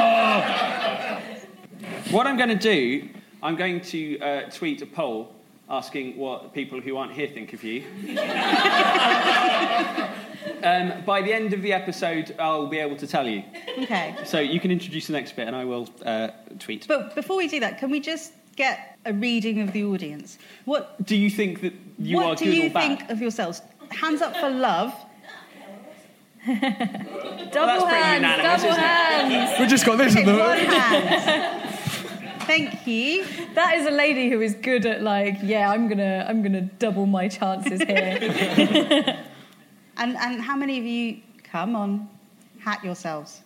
Speaker 1: What I'm going to do, I'm going to uh, tweet a poll asking what people who aren't here think of you. um, by the end of the episode, I'll be able to tell you.
Speaker 2: Okay.
Speaker 1: So you can introduce the next bit and I will uh, tweet.
Speaker 2: But before we do that, can we just get a reading of the audience? What
Speaker 1: Do you think that you
Speaker 2: what
Speaker 1: are
Speaker 2: do
Speaker 1: good
Speaker 2: you
Speaker 1: or bad?
Speaker 2: think of yourselves? Hands up for love.
Speaker 3: Double
Speaker 2: pretty
Speaker 3: hands,
Speaker 2: unanimous,
Speaker 3: double
Speaker 2: isn't it?
Speaker 3: hands.
Speaker 4: We just got this in
Speaker 2: Okay,
Speaker 4: the-
Speaker 2: one hand. Thank you.
Speaker 3: That is a lady who is good at like, yeah, I'm gonna, I'm gonna double my chances here.
Speaker 2: And and how many of you? Come on, hat yourselves.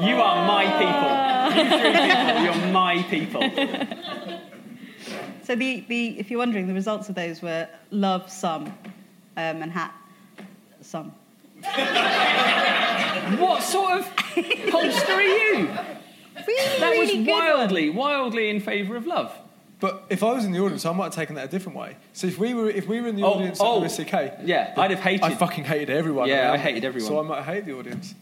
Speaker 1: You are my people. You three people, you're my people.
Speaker 2: So the, the if you're wondering, the results of those were love some, um, and hat some.
Speaker 1: What sort of pollster are you?
Speaker 2: Really,
Speaker 1: That
Speaker 2: really
Speaker 1: was
Speaker 2: good one.
Speaker 1: wildly, wildly in favour of love.
Speaker 4: But if I was in the audience, I might have taken that a different way. So if we were, if we were in the
Speaker 1: Oh,
Speaker 4: audience
Speaker 1: oh,
Speaker 4: at USCK,
Speaker 1: yeah, I'd have hated-
Speaker 4: I fucking hated everyone.
Speaker 1: Yeah,
Speaker 4: around
Speaker 1: I
Speaker 4: me.
Speaker 1: hated everyone.
Speaker 4: So I might hate the audience.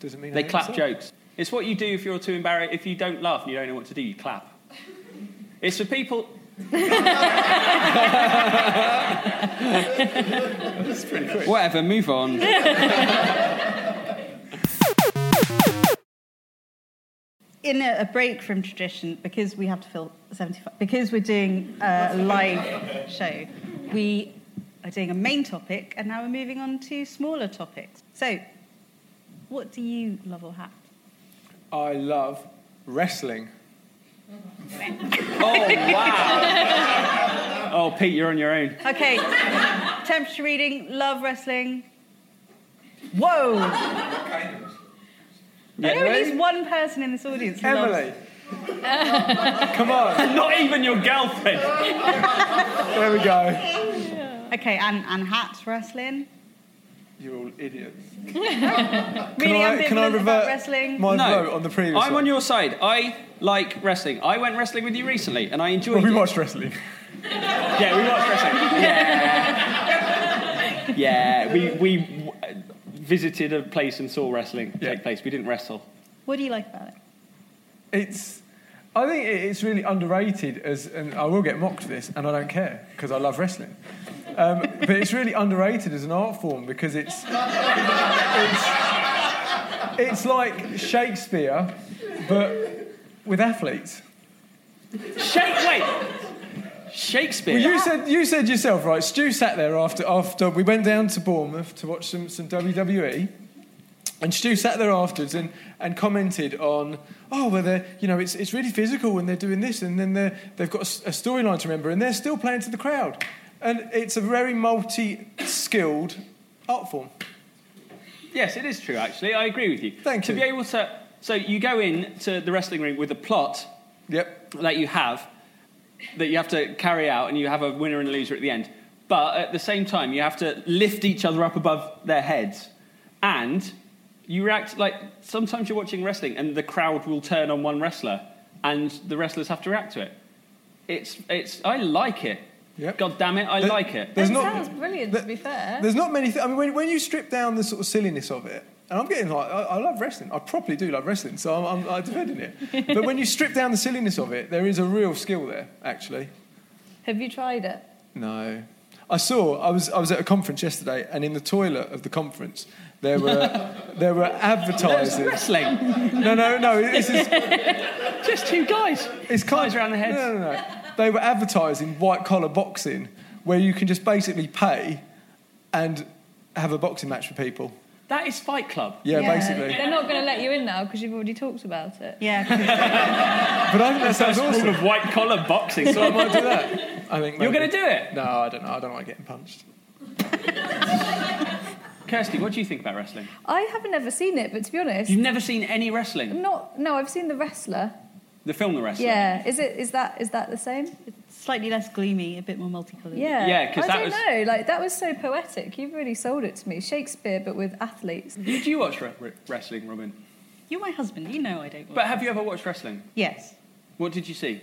Speaker 4: Doesn't mean I
Speaker 1: They
Speaker 4: hate
Speaker 1: clap
Speaker 4: myself.
Speaker 1: jokes. It's what you do if you're too embarrassed. If you don't laugh and you don't know what to do, you clap. It's for people.
Speaker 4: That's pretty quick.
Speaker 1: Whatever, move on.
Speaker 2: in a, a break from tradition, because we have to fill 75, because we're doing a live show, we are doing a main topic and now we're moving on to smaller topics. So, what do you love or hat?
Speaker 4: I love wrestling.
Speaker 1: Oh, Pete, you're on your own.
Speaker 2: Okay, temperature reading, love wrestling. Whoa! I know at least one person in this audience who loves-
Speaker 4: Emily, come on.
Speaker 1: Not even your girlfriend.
Speaker 4: There we go.
Speaker 2: Okay, and, and hat wrestling.
Speaker 4: You're all idiots.
Speaker 2: Really
Speaker 4: can I,
Speaker 2: ambivalent
Speaker 4: can I
Speaker 2: about
Speaker 4: revert
Speaker 2: wrestling.
Speaker 4: my
Speaker 1: No.
Speaker 4: vote on the previous
Speaker 1: I'm on
Speaker 4: one?
Speaker 1: your side. I like wrestling. I went wrestling with you recently, and I enjoyed
Speaker 4: Well, we
Speaker 1: it.
Speaker 4: watched wrestling.
Speaker 1: Yeah, we watched wrestling. Yeah. yeah, we we w- visited a place and saw wrestling take place. We didn't wrestle.
Speaker 2: What do you like about it?
Speaker 4: It's, I think it- it's really underrated as, and I will get mocked for this, and I don't care because I love wrestling. Um, but it's really underrated as an art form because it's, it's, it's like Shakespeare, but with athletes.
Speaker 1: Shake. Wait. Shakespeare.
Speaker 4: Well, you said you said yourself, right? Stu sat there after after we went down to Bournemouth to watch some, some WWE, E. And Stu sat there afterwards and, and commented on, oh, well, they're, you know, it's, it's really physical when they're doing this, and then they're, they've got a, s- a storyline to remember, and they're still playing to the crowd. And it's a very multi skilled art form.
Speaker 1: Yes, it is true, actually. I agree with you.
Speaker 4: Thank
Speaker 1: to
Speaker 4: you.
Speaker 1: be able to, so you go in to the wrestling ring with a plot that you have, that you have to carry out, and you have a winner and a loser at the end. But at the same time, you have to lift each other up above their heads, and you react like sometimes you're watching wrestling, and the crowd will turn on one wrestler, and the wrestlers have to react to it. It's, it's. I like it. God damn it, I
Speaker 4: There-
Speaker 1: like it.
Speaker 4: there's
Speaker 3: that
Speaker 4: not-
Speaker 3: sounds brilliant, to be fair.
Speaker 4: There's not many. Th- I mean, when, when you strip down the sort of silliness of it, and I'm getting like, I, I love wrestling. I probably do love wrestling, so I'm, I'm, I'm defending it. but when you strip down the silliness of it, there is a real skill there, actually.
Speaker 3: Have you tried it?
Speaker 4: No. I saw, I was, I was at a conference yesterday, and in the toilet of the conference, there were, there were advertisers.
Speaker 1: There's wrestling.
Speaker 4: No, no, no. This is,
Speaker 1: Just two guys.
Speaker 4: it's kind
Speaker 1: around the heads.
Speaker 4: No, no, no. They were advertising white collar boxing, where you can just basically pay and have a boxing match for people.
Speaker 1: That is Fight Club.
Speaker 4: Yeah, basically.
Speaker 3: They're not going to let you in now because you've already talked about it.
Speaker 2: Yeah.
Speaker 4: But I think that sounds
Speaker 1: First
Speaker 4: awesome.
Speaker 1: rule of white collar boxing.
Speaker 4: So I might do that. I think
Speaker 1: You're
Speaker 4: maybe.
Speaker 1: going to do it?
Speaker 4: No, I don't know. I don't like getting punched.
Speaker 1: Kirsty, what do you think about wrestling?
Speaker 3: I haven't ever seen it, but to be honest,
Speaker 1: You've never seen any wrestling?
Speaker 3: not. No, I've seen the wrestler.
Speaker 1: The film The Wrestler?
Speaker 3: Yeah, is it is that is that the same?
Speaker 2: Slightly less gleamy, a bit more multicoloured.
Speaker 3: Yeah,
Speaker 1: Yeah, 'cause
Speaker 3: I
Speaker 1: that
Speaker 3: don't
Speaker 1: was-
Speaker 3: know. Like that was so poetic. You've really sold it to me. Shakespeare, but with athletes.
Speaker 1: You do watch re- re- wrestling, Robin.
Speaker 2: You're my husband. You know I don't.
Speaker 1: But have you ever watched wrestling?
Speaker 2: Yes.
Speaker 1: What did you see?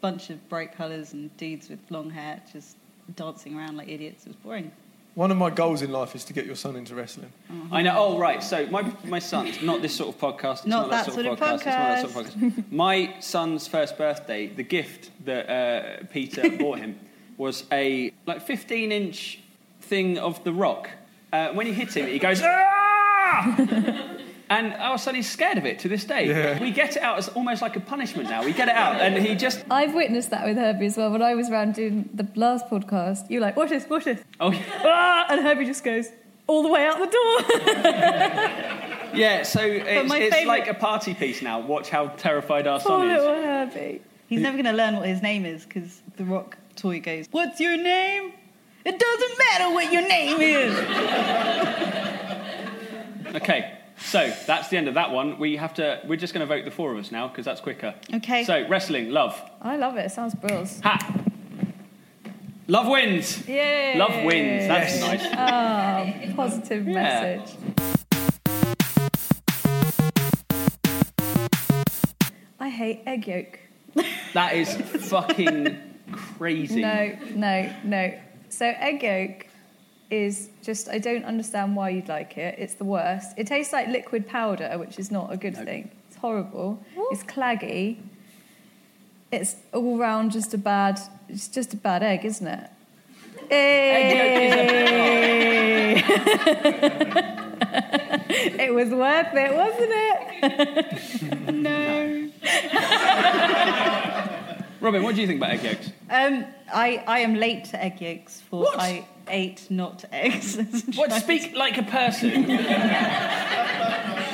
Speaker 2: Bunch of bright colours and dudes with long hair just dancing around like idiots. It was boring.
Speaker 4: One of my goals in life is to get your son into wrestling.
Speaker 1: I know. Oh, right. So my, my son's not this sort of podcast. It's
Speaker 2: Not that sort of
Speaker 1: It's not that sort of podcast. my son's first birthday, the gift that uh, Peter bought him was a like 15 inch thing of The Rock. Uh, when he hits him, he goes. "Ah!" And our son is scared of it to this day.
Speaker 3: Yeah.
Speaker 1: We get it out as almost like a punishment now. We get it out, and he just
Speaker 3: I've witnessed that with Herbie as well. When I was around doing the last podcast, you were like, watch this, watch this.
Speaker 1: oh
Speaker 3: Ah, and Herbie just goes all the way out the door.
Speaker 1: yeah. So it's,
Speaker 2: my
Speaker 1: it's
Speaker 2: favourite-
Speaker 1: like a party piece now. Watch how terrified our
Speaker 2: Poor
Speaker 1: son is.
Speaker 2: little
Speaker 3: Herbie.
Speaker 2: He's never going to learn what his name is because the rock toy goes, What's your name? It doesn't matter what your name is.
Speaker 1: Okay, so that's the end of that one. We have to. We're just going to vote the four of us now because that's quicker.
Speaker 3: Okay.
Speaker 1: So wrestling, love,
Speaker 3: I love it. It sounds brills.
Speaker 1: ha. Love wins.
Speaker 3: Yay.
Speaker 1: Love wins. That's nice.
Speaker 3: Oh, positive message. I hate egg yolk.
Speaker 1: That is fucking crazy.
Speaker 3: No, no, no. So egg yolk is just I don't understand why you'd like it. It's the worst. It tastes like liquid powder, which is not a good thing. It's horrible. It's claggy. It's all round just a bad it's just a bad egg, isn't it?
Speaker 2: Egg
Speaker 3: yolk is a It was worth it, wasn't it?
Speaker 2: no.
Speaker 1: Robin, what do you think about egg yolks?
Speaker 2: Um, I, I am late to egg yolks for I ate not eggs.
Speaker 1: What? Speak like a person.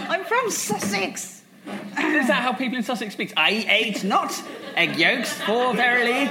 Speaker 2: I'm from Sussex.
Speaker 1: is that how people in Sussex speak? I ate not egg yolks for verily.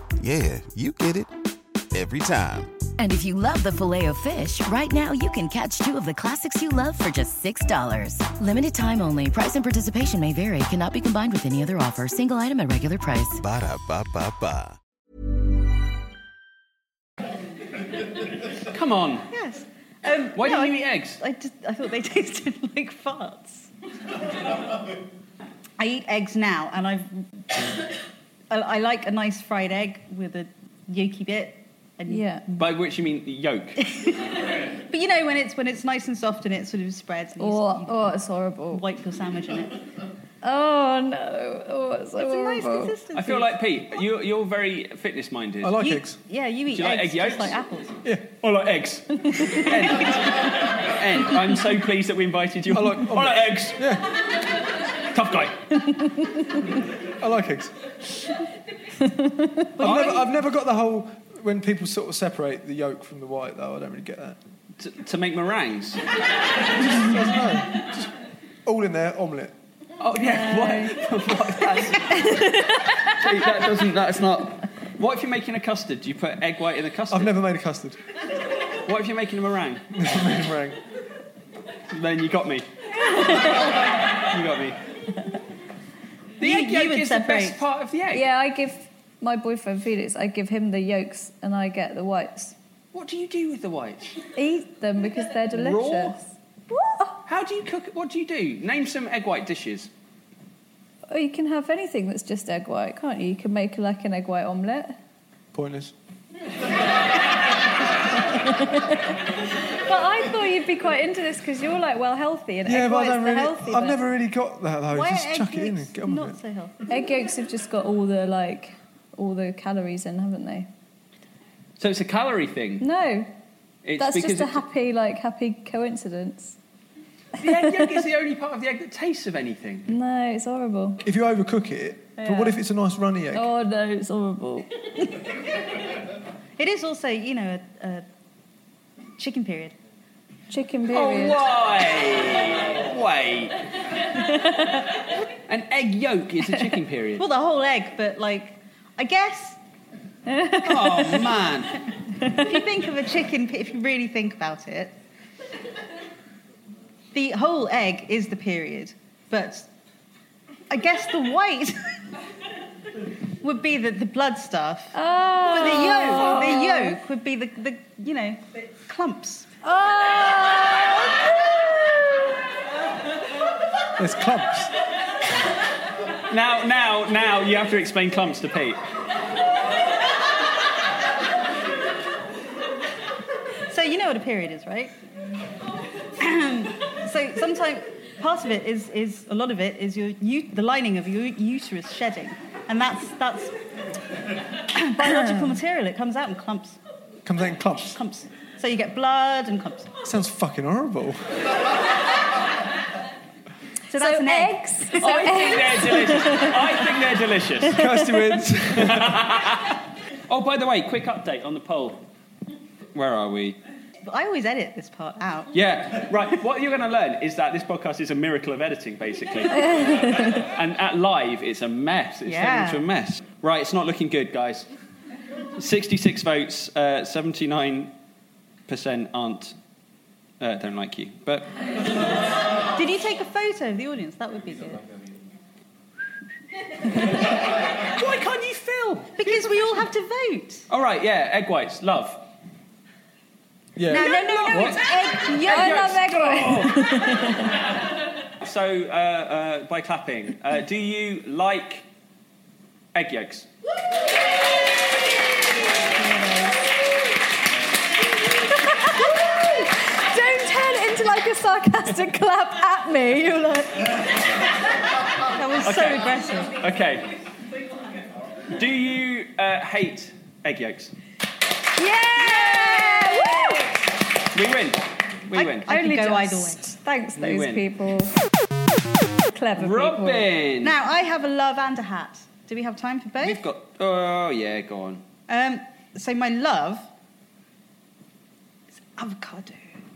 Speaker 6: Yeah, you get it. Every time.
Speaker 7: And if you love the filet of fish, right now you can catch two of the classics you love for just $6. Limited time only. Price and participation may vary. Cannot be combined with any other offer. Single item at regular price.
Speaker 6: Ba-da-ba-ba-ba.
Speaker 1: Come Come on.
Speaker 2: Yes. Um,
Speaker 1: Why
Speaker 2: no,
Speaker 1: didn't you eat
Speaker 2: I,
Speaker 1: eggs?
Speaker 2: I, just, I thought they tasted like farts. I eat eggs now, and I've I, I like a nice fried egg with a yolky bit. And yeah.
Speaker 1: By which you mean the yolk.
Speaker 2: But you know when it's when it's nice and soft and it sort of spreads. And
Speaker 3: Oh,
Speaker 2: oh, it's horrible. Wipe your sandwich in it.
Speaker 3: Oh no! Oh, it's so
Speaker 2: It's a nice
Speaker 3: horrible.
Speaker 2: consistency.
Speaker 1: I feel like Pete. You're, you're very fitness minded.
Speaker 2: You- Yeah, you
Speaker 1: Do
Speaker 2: eat
Speaker 1: you like egg
Speaker 2: eggs just
Speaker 1: yolks?
Speaker 2: like apples.
Speaker 1: Yeah. I like eggs. and, and I'm so pleased that we invited you. I like, I like eggs. Tough guy.
Speaker 4: I like eggs. I've, never, I've never got the whole when people sort of separate the yolk from the white though. I don't really get that.
Speaker 1: To, to make meringues.
Speaker 4: I don't know. Just all in there, omelette.
Speaker 1: Oh yeah, why? why- that's, Pete, that doesn't. That's not. What if you're making a custard? Do you put egg white in the custard?
Speaker 4: I've never made a custard.
Speaker 1: What if you're making a meringue?
Speaker 4: made a meringue.
Speaker 1: Then you got me. you got me. The
Speaker 3: You-
Speaker 1: egg
Speaker 3: you
Speaker 1: yolk
Speaker 3: would
Speaker 1: is the best
Speaker 3: separate.
Speaker 1: part of the egg.
Speaker 3: Yeah, I give my boyfriend Felix. I give him the yolks and I get the whites.
Speaker 1: What do you do with the whites?
Speaker 3: Eat them because they're
Speaker 1: Raw?
Speaker 3: delicious.
Speaker 1: What? How do you cook? What do you do? Name some egg white dishes.
Speaker 3: Or Oh, you can have anything that's just egg white, can't you? You can make like an egg white omelette.
Speaker 4: Pointless.
Speaker 3: But I thought you'd be quite into this because you're like well healthy and
Speaker 4: yeah,
Speaker 3: egg
Speaker 4: but I
Speaker 3: white's
Speaker 4: don't
Speaker 3: the
Speaker 4: really.
Speaker 3: healthy.
Speaker 4: I've
Speaker 3: bit.
Speaker 4: never really got that though.
Speaker 3: Why are
Speaker 4: Just chuck it in and get on with it.
Speaker 3: so healthy. Egg yolks have just got all the like all the calories in, haven't they?
Speaker 1: So it's a calorie thing.
Speaker 3: No,
Speaker 1: It's
Speaker 3: that's
Speaker 1: because
Speaker 3: just a
Speaker 1: it's-
Speaker 3: happy like happy coincidence.
Speaker 1: the egg yolk is the only part of the egg that tastes of anything.
Speaker 3: No, it's horrible.
Speaker 4: If you overcook it, but what if it's a nice runny egg?
Speaker 3: Oh no, it's horrible.
Speaker 2: It is also, you know, a, a chicken period.
Speaker 3: Chicken
Speaker 1: Oh, why? Wait. An egg yolk is a chicken period.
Speaker 2: Well, the whole egg, but like, I guess.
Speaker 1: oh man.
Speaker 2: if you think of a chicken, pe- if you really think about it, the whole egg is the period, but I guess the white would be the, the blood stuff.
Speaker 3: Oh.
Speaker 2: But the yolk, the yolk would be the, the you know, clumps.
Speaker 4: There's clumps.
Speaker 1: Now, now, now, you have to explain clumps to Pete.
Speaker 2: So you know what a period is, right? so sometimes part of it is is a lot of it is your u- the lining of your uterus shedding, and that's that's biological material. It comes out in clumps.
Speaker 4: Comes out in clumps.
Speaker 2: Clumps. So you get blood and clumps.
Speaker 4: Sounds fucking horrible.
Speaker 2: So
Speaker 8: eh,
Speaker 2: that's an egg.
Speaker 3: eggs.
Speaker 2: So
Speaker 1: I think
Speaker 2: eggs.
Speaker 1: they're delicious. I think they're delicious.
Speaker 4: Kirsty wins.
Speaker 1: oh, by the way, quick update on the poll. Where are we?
Speaker 2: I always edit this part out.
Speaker 1: Yeah, right. What you're going to learn is that this podcast is a miracle of editing, basically. and at live, it's a mess. It's
Speaker 2: Yeah.
Speaker 1: turned into a mess. Right, it's not looking good, guys. 66 votes, uh, 79% aren't, uh, don't like you. But
Speaker 2: Did you take a photo of the audience? That would be good.
Speaker 1: Why can't you film?
Speaker 2: Because we all have to vote.
Speaker 1: All right, yeah, egg whites, love.
Speaker 4: Yeah.
Speaker 2: No, no, no, no.
Speaker 1: What?
Speaker 2: It's egg yolk.
Speaker 3: I love egg white.
Speaker 1: So, uh, uh, by clapping, uh, do you like egg yolks?
Speaker 3: Don't turn it into like a sarcastic clap at me. You're like
Speaker 2: that was
Speaker 1: Okay.
Speaker 2: so aggressive.
Speaker 1: Okay. Do you uh, hate egg yolks?
Speaker 3: yeah. Woo!
Speaker 1: We win. We win.
Speaker 2: I could
Speaker 3: Only
Speaker 2: go
Speaker 3: just.
Speaker 2: either way.
Speaker 3: Thanks
Speaker 1: You
Speaker 3: those
Speaker 1: win.
Speaker 3: people. Clever
Speaker 1: Robin.
Speaker 2: Now I have a love and a hat. Do we have time for both?
Speaker 1: We've got. Oh yeah, go on.
Speaker 2: Um, so my love is avocado.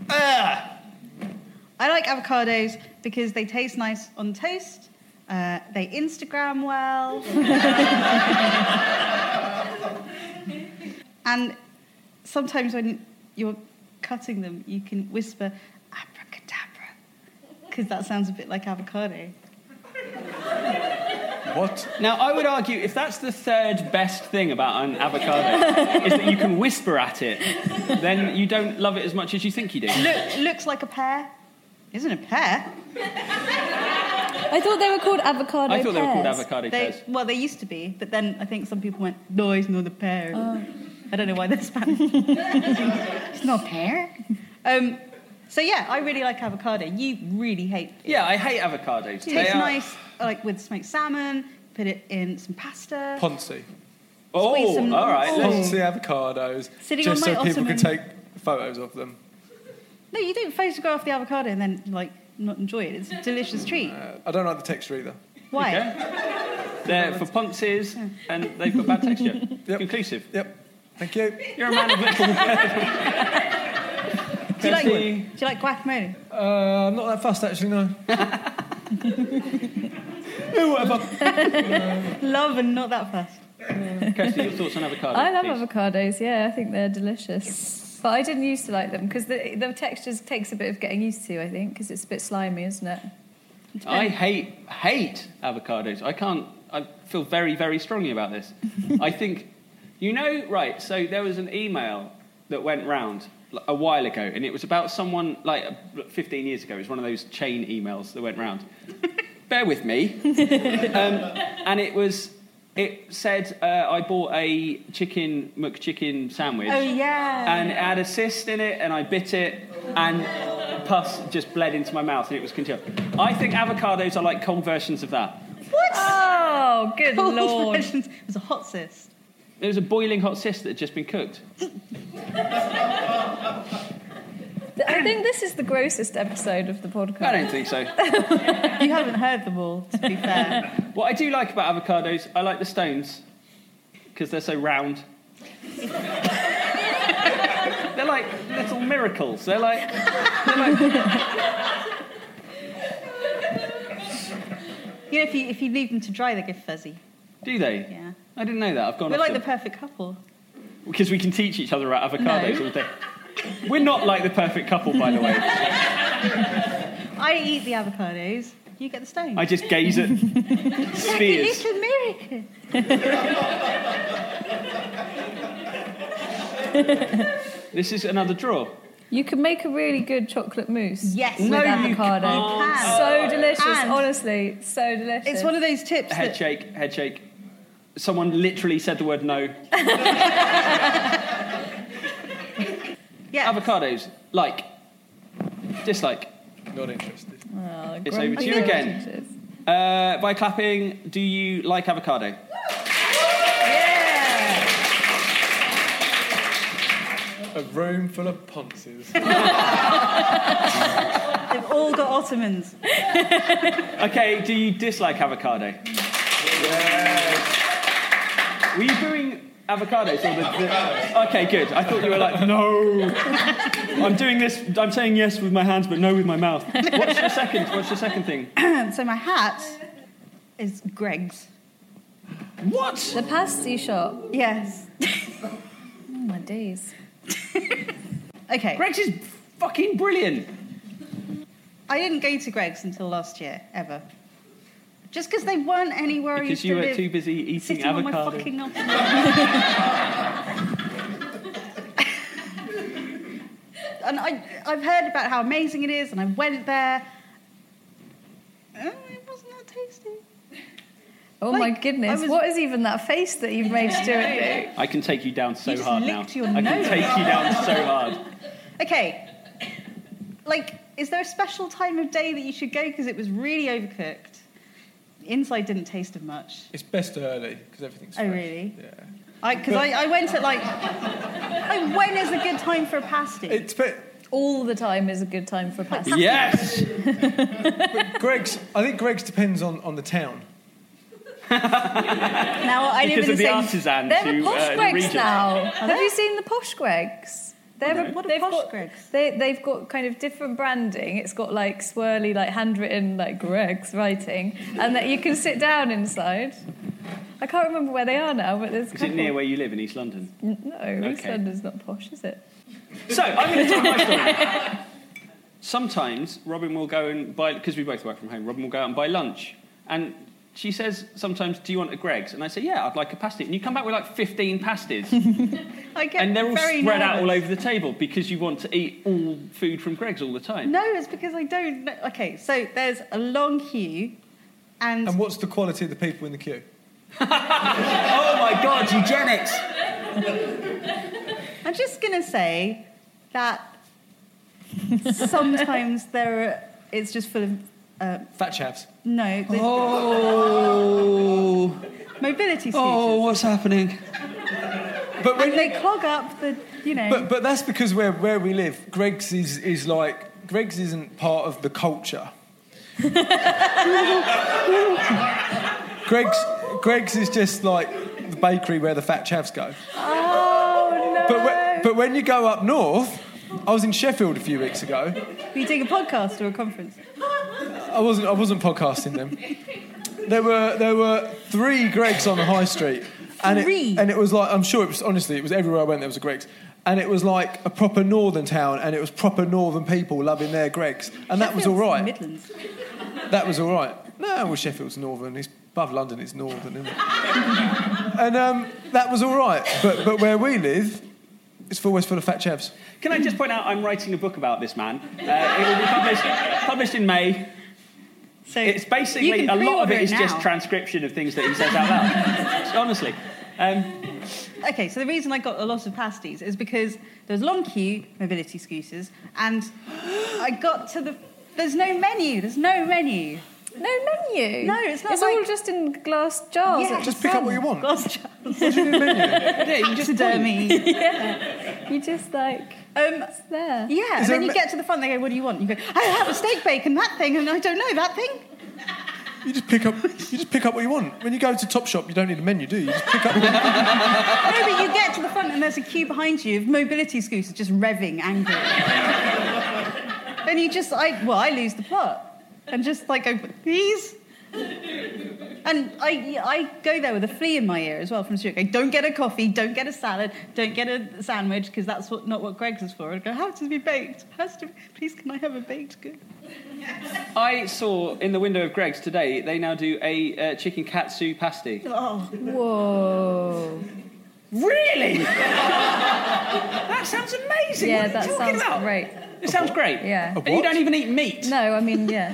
Speaker 2: I like avocados because they taste nice on toast. Uh, they Instagram well. and sometimes when you're cutting them, you can whisper abracadabra because that sounds a bit like avocado.
Speaker 4: What?
Speaker 1: Now, I would argue if that's the third best thing about an avocado, is that you can whisper at it, then you don't love it as much as you think you do.
Speaker 2: Look, looks like a pear. Isn't a pear?
Speaker 3: I thought they were called avocado
Speaker 1: I thought they were called
Speaker 3: pears.
Speaker 1: avocado
Speaker 2: They-
Speaker 1: pears.
Speaker 2: Well, they used to be, but then I think some people went, no, it's not a pear. I don't know why they're Spanish. it's Oh. not a pear. Um, so yeah, I really like avocado. You really hate it.
Speaker 1: Yeah, I hate avocados.
Speaker 2: It's nice, like with smoked salmon. Put it in some pasta.
Speaker 4: Ponzi.
Speaker 1: Oh,
Speaker 4: Oh,
Speaker 2: Squeeze some- all right, let's-
Speaker 4: Ponzi avocados.
Speaker 2: Sitting
Speaker 4: just
Speaker 2: on my
Speaker 4: so people
Speaker 2: ottoman.
Speaker 4: can take photos of them.
Speaker 2: No, you don't photograph the avocado and then like not enjoy it. It's a delicious treat.
Speaker 4: I don't like the texture either.
Speaker 2: Why?
Speaker 1: They're for ponces, and they've got bad texture. Conclusive.
Speaker 4: Yep. Thank you.
Speaker 1: You're a man of little.
Speaker 2: Do you like?
Speaker 4: Kirsty.
Speaker 2: Do you like guacamole?
Speaker 4: Uh, I'm not that fussed actually, no. Ooh, whatever.
Speaker 2: Love and not that fast.
Speaker 1: Kirsty, your thoughts on avocado?
Speaker 3: I love
Speaker 1: please?
Speaker 3: avocados. Yeah, I think they're delicious. But I didn't used to like them because the the textures takes a bit of getting used to. I think because it's a bit slimy, isn't it?
Speaker 1: I hate hate avocados. I can't. I feel very very strongly about this. I think, you know, right? So there was an email that went round like, a while ago, and it was about someone like uh, 15 years ago. It was one of those chain emails that went round. Bear with me. um, and it was. It said uh, I bought a chicken McChicken sandwich.
Speaker 2: Oh, yeah.
Speaker 1: And it had a cyst in it, and I bit it, and pus just bled into my mouth, and it was congealed. I think avocados are like cold versions of that.
Speaker 2: What?
Speaker 3: Oh, good
Speaker 2: Cold
Speaker 1: lord.
Speaker 2: versions. It was a hot cyst.
Speaker 1: It was a boiling hot cyst that had just been cooked.
Speaker 3: Th- I think this is the grossest episode of the podcast.
Speaker 1: I don't think so.
Speaker 2: You haven't heard them all, to be fair.
Speaker 1: What I do like about avocados, I like the stones because they're so round. they're like little miracles. They're like.
Speaker 2: You know, if you if you leave them to dry, they get fuzzy.
Speaker 1: Do they?
Speaker 2: Yeah.
Speaker 1: I didn't know that. I've gone
Speaker 2: We're
Speaker 1: off
Speaker 2: like
Speaker 1: the-
Speaker 2: the perfect couple.
Speaker 1: Because we can teach each other about avocados
Speaker 2: No.
Speaker 1: all day. We're not like the perfect couple, by the way.
Speaker 2: I eat the avocados. You get the stones.
Speaker 1: I just gaze at
Speaker 2: Like a
Speaker 1: spheres.
Speaker 2: little miracle.
Speaker 1: This is another draw.
Speaker 3: You can make a really good chocolate mousse. Yes, with
Speaker 1: No, you
Speaker 3: avocado.
Speaker 1: can't.
Speaker 3: So delicious,
Speaker 2: And-
Speaker 3: honestly, so delicious.
Speaker 2: It's one of those tips.
Speaker 1: Head
Speaker 2: That,
Speaker 1: shake, head shake. Someone literally said the word no.
Speaker 2: yeah.
Speaker 1: Avocados, like, dislike. Not interested. It's over to you again. Uh, by clapping, do you like avocado?
Speaker 4: A room full of ponces.
Speaker 2: they've all got ottomans.
Speaker 1: Okay, do you dislike avocado? Were you doing avocados? Or the, the... Okay, good. I thought you were like, no. I'm doing this, I'm saying yes with my hands, but no with my mouth. What's your second, what's your second thing?
Speaker 2: so my hat is Greg's.
Speaker 1: What?
Speaker 3: The pasty shop.
Speaker 2: Yes.
Speaker 3: Oh my days.
Speaker 2: Okay.
Speaker 1: Greg's is fucking brilliant.
Speaker 2: I didn't go to Greg's until last year, ever. Just because they weren't anywhere I
Speaker 1: Because
Speaker 2: used to
Speaker 1: you were
Speaker 2: live,
Speaker 1: too busy eating
Speaker 2: sitting on my
Speaker 1: avocado.
Speaker 2: fucking ottoman. and I, I've heard about how amazing it is, and I went there. Uh, It wasn't that tasty.
Speaker 3: Oh my
Speaker 2: Like, I
Speaker 3: goodness,
Speaker 2: was-
Speaker 3: what is even that face that you've made to do it, Luke?
Speaker 1: I can take you down so
Speaker 2: You just
Speaker 1: hard now.
Speaker 2: licked your
Speaker 1: I can
Speaker 2: nose.
Speaker 1: take you down so hard.
Speaker 2: Okay. Like, is there a special time of day that you should go? Because it was really overcooked. The inside didn't taste of much.
Speaker 4: it's best early because everything's.
Speaker 2: Oh,
Speaker 4: fresh.
Speaker 2: really?
Speaker 4: Yeah.
Speaker 2: Because I, I, went at like, like, when is a good time for a pasty?
Speaker 4: It's but
Speaker 3: All the time is a good time for pasty.
Speaker 1: Yes.
Speaker 4: Greg's. I think Greg's depends on, on the town.
Speaker 2: Now I live
Speaker 4: Because of
Speaker 2: in the,
Speaker 4: the
Speaker 2: same.
Speaker 4: artisan
Speaker 3: They're
Speaker 4: to,
Speaker 3: the posh
Speaker 4: uh, the
Speaker 3: Gregs
Speaker 4: region.
Speaker 3: now.
Speaker 2: Are
Speaker 3: Have
Speaker 2: they?
Speaker 3: you seen the posh Gregs? They're
Speaker 2: No. What are
Speaker 3: they've
Speaker 2: posh
Speaker 3: got,
Speaker 2: Gregs?
Speaker 3: They, they've got kind of different branding. It's got like swirly, like handwritten, like Greg's writing, and that you can sit down inside. I can't remember where they are now, but there's. a
Speaker 1: Is it
Speaker 3: couple.
Speaker 1: near where you live in East London?
Speaker 3: N- No, East
Speaker 1: Okay.
Speaker 3: London's oh, not posh, is it?
Speaker 1: So I'm going to tell my story. Sometimes Robin will go and buy because we both work from home. Robin will go out and buy lunch, and she says sometimes, "Do you want a Greg's?" And I say, "Yeah, I'd like a pasty." And you come back with like 15 pasties,
Speaker 2: I get
Speaker 1: and they're all
Speaker 2: very
Speaker 1: spread out all
Speaker 2: nervous.
Speaker 1: over the table because you want to eat all food from Greg's all the time.
Speaker 2: No, it's because I don't. Know. Okay, so there's a long queue, and
Speaker 4: And what's the quality of the people in the queue?
Speaker 1: oh my God, eugenics!
Speaker 2: I'm just gonna say that sometimes there are, it's just full of uh,
Speaker 4: Fat chaps.
Speaker 2: no. the-
Speaker 4: Oh.
Speaker 2: Mobility scooters.
Speaker 4: Oh, what's happening? But when
Speaker 2: and they clog up the, you know.
Speaker 4: But but that's because where where we live, Greg's is is like Greg's isn't part of the culture. Greg's Greg's is just like the bakery where the fat chavs go.
Speaker 2: oh no!
Speaker 4: But when, but when you go up north, I was in Sheffield a few weeks ago.
Speaker 2: Were you doing a podcast or a conference?
Speaker 4: I wasn't I wasn't podcasting them. There were there were three Gregs on the high street, and
Speaker 2: Three?
Speaker 4: it and it was like I'm sure it was honestly it was everywhere I went there was a Gregs, and it was like a proper northern town, and it was proper northern people loving their Gregs, and that was all
Speaker 2: Sheffield's
Speaker 4: right.
Speaker 2: Midlands.
Speaker 4: That was all right. No, well Sheffield's northern, it's above London, it's northern, isn't it? and um, that was all right, but but where we live, it's always full of fat chavs.
Speaker 1: Can I just point out I'm writing a book about this man? Uh, it will be published, published in May.
Speaker 2: So
Speaker 1: it's
Speaker 2: you
Speaker 1: basically
Speaker 2: can
Speaker 1: a lot of
Speaker 2: pre-order
Speaker 1: it is
Speaker 2: it
Speaker 1: just
Speaker 2: now.
Speaker 1: transcription of things that he says out loud. Honestly, um,
Speaker 2: Okay, so the reason I got a lot of pasties is because there was long queue, mobility scooters, and I got to the. There's no menu. There's no menu.
Speaker 3: No menu.
Speaker 2: No, it's not
Speaker 3: It's all
Speaker 2: like-
Speaker 3: just in glass jars.
Speaker 2: Yes.
Speaker 4: Just pick up what you want.
Speaker 2: Glass jars.
Speaker 1: yeah, you just
Speaker 2: Taxidermy.
Speaker 3: You just like
Speaker 2: Um,
Speaker 3: it's there.
Speaker 2: yeah, and
Speaker 4: there
Speaker 2: then
Speaker 4: a
Speaker 2: you
Speaker 4: me-
Speaker 2: get to the front. They go, "What do you want?" You go, "I have a steak bacon, that thing, and I don't know that thing."
Speaker 4: You just pick up you just pick up what you want. When you go to Top Shop, you don't need a menu, do you? You just pick up.
Speaker 2: no, but you get to the front, and there's a queue behind you of mobility scooters just revving angrily. and you just, I well, I lose the plot, and just like go, please. And I, I go there with a flea in my ear as well from Stuart. Going, don't get a coffee, don't get a salad, don't get a sandwich because that's what, not what Greg's is for. I go, how to be baked? Has to, please, can I have a baked good?
Speaker 1: I saw in the window of Greg's today they now do a uh, chicken katsu pasty.
Speaker 2: Oh,
Speaker 3: Whoa.
Speaker 1: Really? that sounds amazing.
Speaker 3: Yeah,
Speaker 1: what are
Speaker 3: that
Speaker 1: you talking
Speaker 3: sounds
Speaker 1: about?
Speaker 3: great.
Speaker 1: It sounds great.
Speaker 3: Yeah. A
Speaker 1: And you
Speaker 4: what?
Speaker 1: don't even eat meat.
Speaker 3: No, I mean, yeah.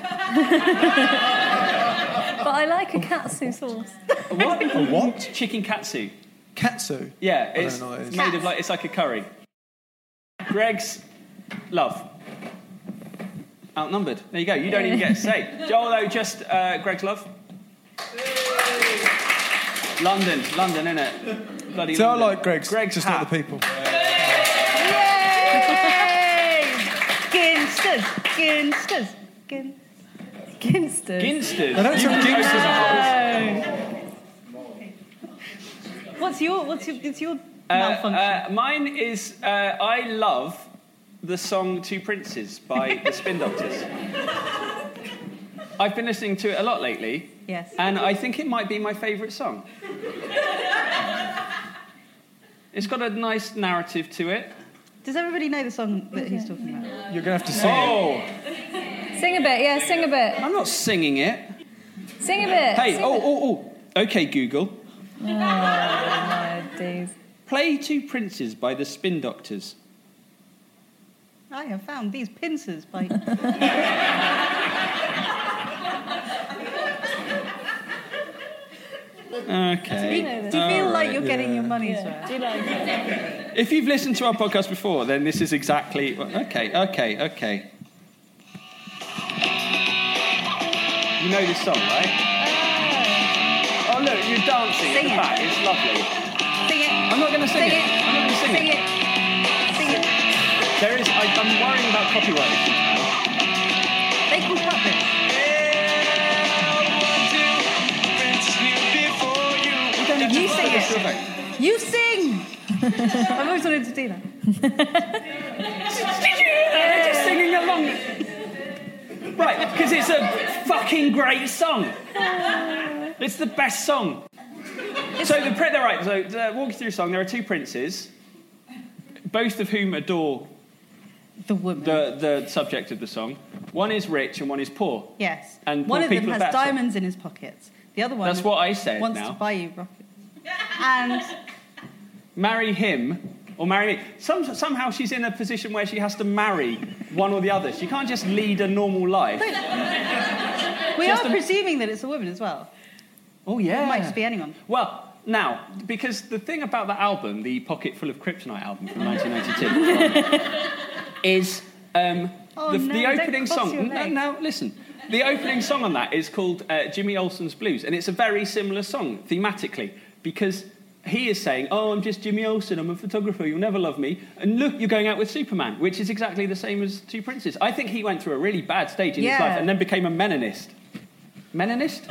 Speaker 3: but I like a katsu sauce.
Speaker 1: A what? A
Speaker 4: what?
Speaker 1: Chicken katsu.
Speaker 4: Katsu.
Speaker 1: Yeah,
Speaker 4: don't
Speaker 1: it's
Speaker 4: know what it is.
Speaker 1: it's made of like it's like a curry. Greg's love. Outnumbered. There you go. You don't even get to say. Joel, though, just uh, Greg's love. London, London, innit? Bloody
Speaker 4: So I
Speaker 1: London.
Speaker 4: like Greg's,
Speaker 1: Greg's
Speaker 4: just
Speaker 1: hat.
Speaker 4: not the people.
Speaker 2: yay! Ginsters, ginsters, gin.
Speaker 3: Ginsters.
Speaker 1: Ginsters.
Speaker 4: I don't
Speaker 1: You
Speaker 4: sell
Speaker 1: can go
Speaker 4: Ginsters in
Speaker 1: to the-
Speaker 2: What's your, what's your, it's your
Speaker 1: Uh,
Speaker 2: malfunction?
Speaker 1: uh, mine is uh, I love the song Two Princes by the Spin Doctors. I've been listening to it a lot lately,
Speaker 2: yes.
Speaker 1: and I think it might be my favourite song. It's got a nice narrative to it.
Speaker 2: Does everybody know the song that he's talking about?
Speaker 4: You're gonna have to sing it.
Speaker 1: Oh,
Speaker 3: Sing a bit, yeah, sing a bit.
Speaker 1: I'm not singing it.
Speaker 3: Sing a bit.
Speaker 1: Hey,
Speaker 3: sing
Speaker 1: oh,
Speaker 3: a bit.
Speaker 1: oh, oh. Okay, Google.
Speaker 3: My days.
Speaker 1: Play Two Princes by the Spin Doctors.
Speaker 2: I have found these pincers by.
Speaker 1: Okay.
Speaker 2: Do you feel
Speaker 1: All
Speaker 2: like
Speaker 1: right.
Speaker 2: you're getting your money's worth?
Speaker 3: Do you like it?
Speaker 1: If you've listened to our podcast before, then this is exactly. Okay, okay, okay. You know this song, right? Oh, look, you're dancing
Speaker 2: Sing
Speaker 1: in the
Speaker 2: it.
Speaker 1: back. It's lovely.
Speaker 2: Sing it.
Speaker 1: I'm not going to sing,
Speaker 2: Sing it.
Speaker 1: I'm not going to sing,
Speaker 2: Sing
Speaker 1: it.
Speaker 2: it. Sing it.
Speaker 1: There is. I, I'm worrying about copyright issues now.
Speaker 2: They can cut this.
Speaker 1: We don't need
Speaker 2: You
Speaker 1: to
Speaker 2: sing
Speaker 1: put this
Speaker 2: it.
Speaker 1: to effect.
Speaker 2: You sing! I've always wanted to do that.
Speaker 1: Did you hear that? They're just singing along. Right, because it's a fucking great song. It's the best song. So the pri- they're right. So uh, walk you through the song. There are two princes, both of whom adore
Speaker 2: The woman.
Speaker 1: the, the subject of the song. One is rich and one is poor.
Speaker 2: yes.
Speaker 1: and
Speaker 2: One
Speaker 1: poor
Speaker 2: of them
Speaker 1: people are
Speaker 2: has
Speaker 1: better.
Speaker 2: diamonds in his pockets. The other one
Speaker 1: That's what I said
Speaker 2: wants
Speaker 1: now.
Speaker 2: to buy you broccoli. And
Speaker 1: marry him or marry me. Some, somehow she's in a position where she has to marry one or the other. She can't just lead a normal life.
Speaker 2: we
Speaker 1: Just
Speaker 2: are
Speaker 1: a-
Speaker 2: presuming that it's a woman as well.
Speaker 1: Oh, yeah.
Speaker 2: It might just be anyone.
Speaker 1: Well, now, because the thing about that album, the Pocket Full of Kryptonite album from 1992, is um,
Speaker 2: Oh,
Speaker 1: the,
Speaker 2: no,
Speaker 1: the
Speaker 2: don't
Speaker 1: opening
Speaker 2: cross your
Speaker 1: song. No,
Speaker 2: legs.
Speaker 1: no, listen. The opening song on that is called uh, Jimmy Olsen's Blues, and it's a very similar song thematically because he is saying, Oh, I'm just Jimmy Olsen, I'm a photographer, you'll never love me. And look, you're going out with Superman, which is exactly the same as Two Princes. I think he went through a really bad stage in his
Speaker 2: Yeah.
Speaker 1: life and then became a Menonist. Menonist?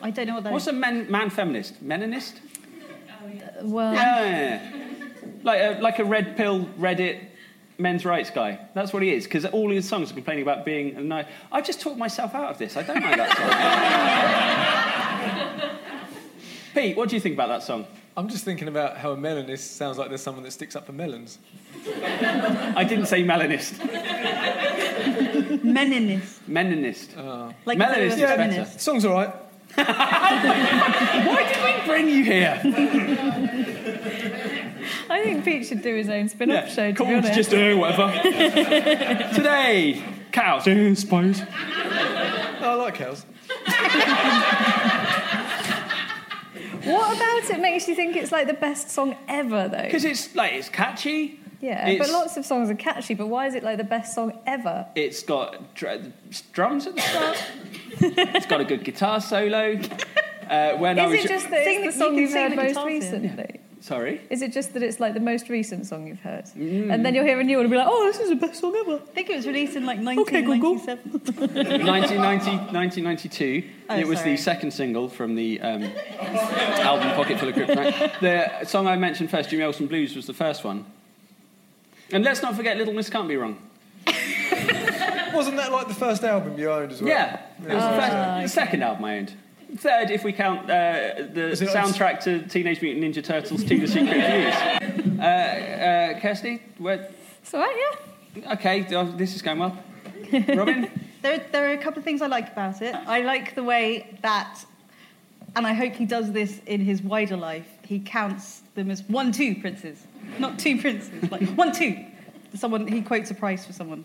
Speaker 2: I don't know what that
Speaker 1: What's a men, man feminist? Menonist?
Speaker 3: Well,
Speaker 1: Yeah. Like a, like a red pill Reddit men's rights guy. That's what he is, because all his songs are complaining about being a nice. I've just talked myself out of this. I don't like that song. Pete, what do you think about that song?
Speaker 4: I'm just thinking about how a melonist sounds like there's someone that sticks up for melons.
Speaker 1: I didn't say melonist.
Speaker 2: Meninist.
Speaker 1: Meninist.
Speaker 2: Like
Speaker 1: Meninist is
Speaker 4: yeah,
Speaker 1: better.
Speaker 4: Oh. Song's all right.
Speaker 1: Why did we bring you here?
Speaker 3: I think Pete should do his own spin-off show. To
Speaker 1: Cool,
Speaker 3: be honest.
Speaker 1: just do whatever. Today, cows. I suppose.
Speaker 4: I like cows.
Speaker 3: What about it makes you think it's like the best song ever, though?
Speaker 1: Because it's like it's catchy.
Speaker 3: yeah,
Speaker 1: it's-
Speaker 3: but lots of songs are catchy. But why is it like the best song ever?
Speaker 1: It's got dr- drums at the start. it's got a good guitar solo. Uh, when I
Speaker 3: is
Speaker 1: was
Speaker 3: it just that it's
Speaker 2: Sing- you
Speaker 3: the song
Speaker 2: can
Speaker 3: you've
Speaker 2: sing
Speaker 3: heard
Speaker 2: the
Speaker 3: most
Speaker 2: guitar solo.
Speaker 3: recently?
Speaker 1: sorry,
Speaker 3: Is it just that it's like the most recent song you've heard, and then you'll hear a new one and be like, "Oh, this is the best song ever."
Speaker 2: I think it was released in like
Speaker 3: Okay, Google.
Speaker 2: 1997.
Speaker 1: 1990, 1992.
Speaker 2: Oh,
Speaker 1: it was
Speaker 2: sorry.
Speaker 1: the second single from the um, album Pocket Full of Kryptonite. The song I mentioned first, Jimmy Olsen Blues, was the first one. And let's not forget Little Miss Can't Be Wrong.
Speaker 4: Wasn't that like the first album you owned as well?
Speaker 1: Yeah, it was
Speaker 2: Oh,
Speaker 1: the, first, the second album I owned. Third, if we count uh, the
Speaker 4: Was it on-
Speaker 1: soundtrack to Teenage Mutant Ninja Turtles 2 The Secret Fuse. Uh, uh, Kirsty, where,
Speaker 3: It's all right,
Speaker 1: okay, th- this is going well.
Speaker 3: yeah.
Speaker 1: Robin?
Speaker 2: There, there are a couple of things I like about it. I like the way that, and I hope he does this in his wider life, he counts them as one, two princes, not two princes, like one, two. Someone, he quotes a price for someone.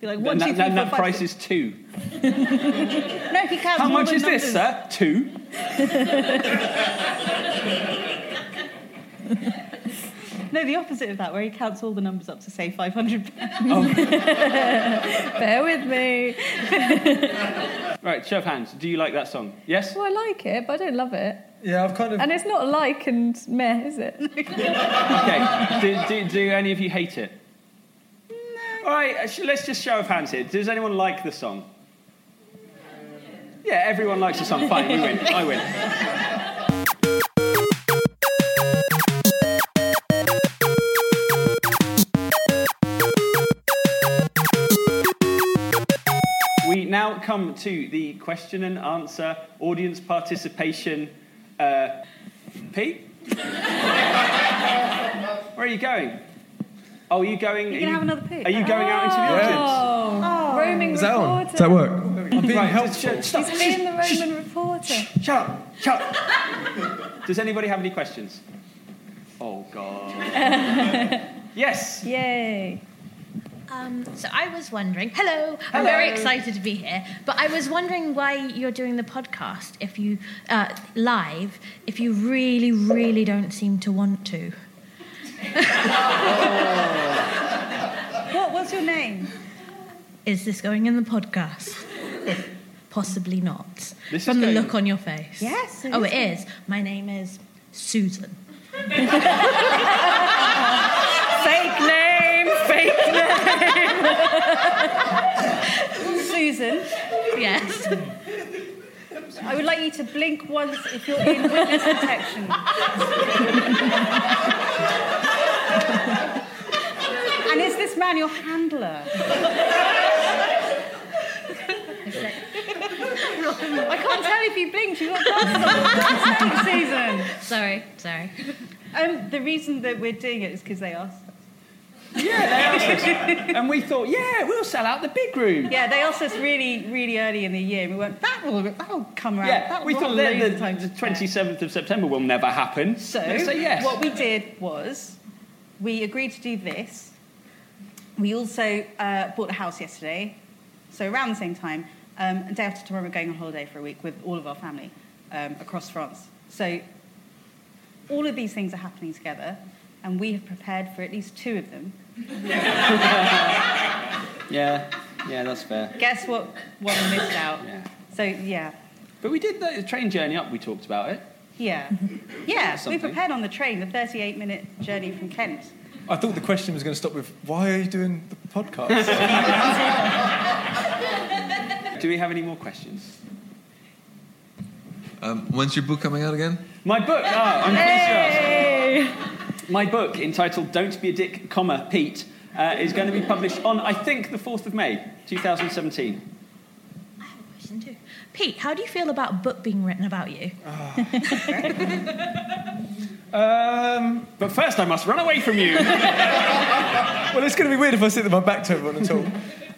Speaker 2: Be like,
Speaker 1: and
Speaker 2: one, two,
Speaker 1: that, that-
Speaker 2: three, four,
Speaker 1: that
Speaker 2: five,
Speaker 1: price
Speaker 2: six.
Speaker 1: is two.
Speaker 2: No, he counts
Speaker 1: How
Speaker 2: more
Speaker 1: much
Speaker 2: than
Speaker 1: is this,
Speaker 2: numbers.
Speaker 1: sir? Two.
Speaker 2: No, the opposite of that, where he counts all the numbers up to say 500.
Speaker 3: Bear with me.
Speaker 1: Right, show of hands. Do you like that song? Yes?
Speaker 3: Well, I like it, but I don't love it.
Speaker 4: Yeah, I've kind of.
Speaker 3: And it's not like and meh, is it?
Speaker 1: Okay. do, do, do any of you hate it? All right, uh, sh- let's just show of hands here. Does anyone like the song? Yeah, everyone likes the song. Fine, we win. I win. We now come to the question and answer audience participation. Uh, Pete? Where are you going? Oh, are you going?
Speaker 2: You
Speaker 1: are
Speaker 2: can
Speaker 1: you-
Speaker 2: have another poo.
Speaker 1: Are you going out into the audience?
Speaker 3: Oh, roaming
Speaker 4: Is that on?
Speaker 3: reporter.
Speaker 4: Does that work? I'm being helpful.
Speaker 1: Shut, stop.
Speaker 3: He's been the
Speaker 1: Shh, shh,
Speaker 3: Roman reporter.
Speaker 1: shut up. Shut up. Does anybody have any questions? Oh, God. yes.
Speaker 3: Yay.
Speaker 9: Um, so I was wondering. Hello, I'm very excited to be here. But I was wondering why you're doing the podcast if you uh, live if you really, really don't seem to want to.
Speaker 2: What, what's your name?
Speaker 9: Is this going in the podcast? Possibly not.
Speaker 2: This is
Speaker 9: From the
Speaker 2: going-
Speaker 9: look on your face.
Speaker 2: Yes, it
Speaker 9: oh, it
Speaker 2: is going-
Speaker 9: is. My name is Susan.
Speaker 2: Fake name, fake name. Susan,
Speaker 9: Yes.
Speaker 2: I would like you to blink once if you're in witness protection. and is this man your handler? I can't tell if you blinked. You've got glasses on. Thanks, Susan.
Speaker 9: Sorry, sorry.
Speaker 2: Um, the reason that we're doing it is because they asked. us.
Speaker 1: Yeah, they asked us. and we thought, yeah, we'll sell out the big room.
Speaker 2: Yeah, they asked us really, really early in the year. and We went, that will, that will come around.
Speaker 1: Yeah,
Speaker 2: that
Speaker 1: we
Speaker 2: will
Speaker 1: thought then the,
Speaker 2: lose time."
Speaker 1: the 27th of September will never happen.
Speaker 2: So,
Speaker 1: Let's say yes.
Speaker 2: what we did was we agreed to do this. We also uh, bought a house yesterday, so around the same time. Um, and day after tomorrow, we're going on holiday for a week with all of our family um, across France. So, all of these things are happening together, and we have prepared for at least two of them.
Speaker 1: Yeah, yeah, that's fair.
Speaker 2: Guess what? One missed out. So, yeah.
Speaker 1: But we did the train journey up. We talked about it.
Speaker 2: Yeah. Yeah, we
Speaker 1: Something.
Speaker 2: prepared on the train, the 38 minute journey from Kent.
Speaker 4: I thought the question was going to stop with, why are you doing the podcast?
Speaker 1: Do we have any more questions?
Speaker 10: Um, when's your book coming out again?
Speaker 1: My book. Oh, I'm pleased you asked. My book entitled "Don't Be a Dick, comma Pete" uh, is going to be published on I think the 4th of May, 2017.
Speaker 9: Question two. Pete, how do you feel about a book being written about you?
Speaker 4: um,
Speaker 1: but first, I must run away from you.
Speaker 4: well, it's going to be weird if I sit with my back to everyone at all.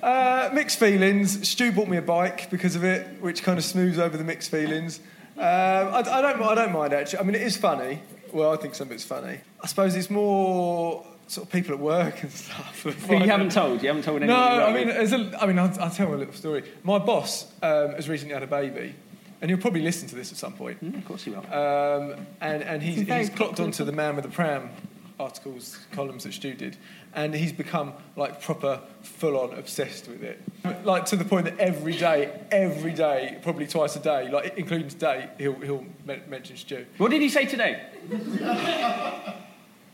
Speaker 4: Uh, mixed feelings. Stu bought me a bike because of it, which kind of smooths over the mixed feelings. Um, I, I don't, I don't mind actually. I mean, it is funny. Well, I think some of it's funny. I suppose it's more sort of people at work and stuff.
Speaker 1: Who you haven't told? You haven't told anyone.
Speaker 4: No, Oh,
Speaker 1: you
Speaker 4: I
Speaker 1: work
Speaker 4: mean,
Speaker 1: with?
Speaker 4: there's a, I mean, I'll, I'll tell a little story. My boss um, has recently had a baby, and you'll probably listen to this at some point.
Speaker 1: of course you will.
Speaker 4: Um, and and he's,
Speaker 1: Very
Speaker 4: he's clocked
Speaker 1: particular
Speaker 4: onto the Man with the Pram articles, columns that Stu did, and he's become like proper, full on obsessed with it. Like to the point that every day, every day, probably twice a day, like including today, he'll, he'll men- mention Stu.
Speaker 1: What did he say today?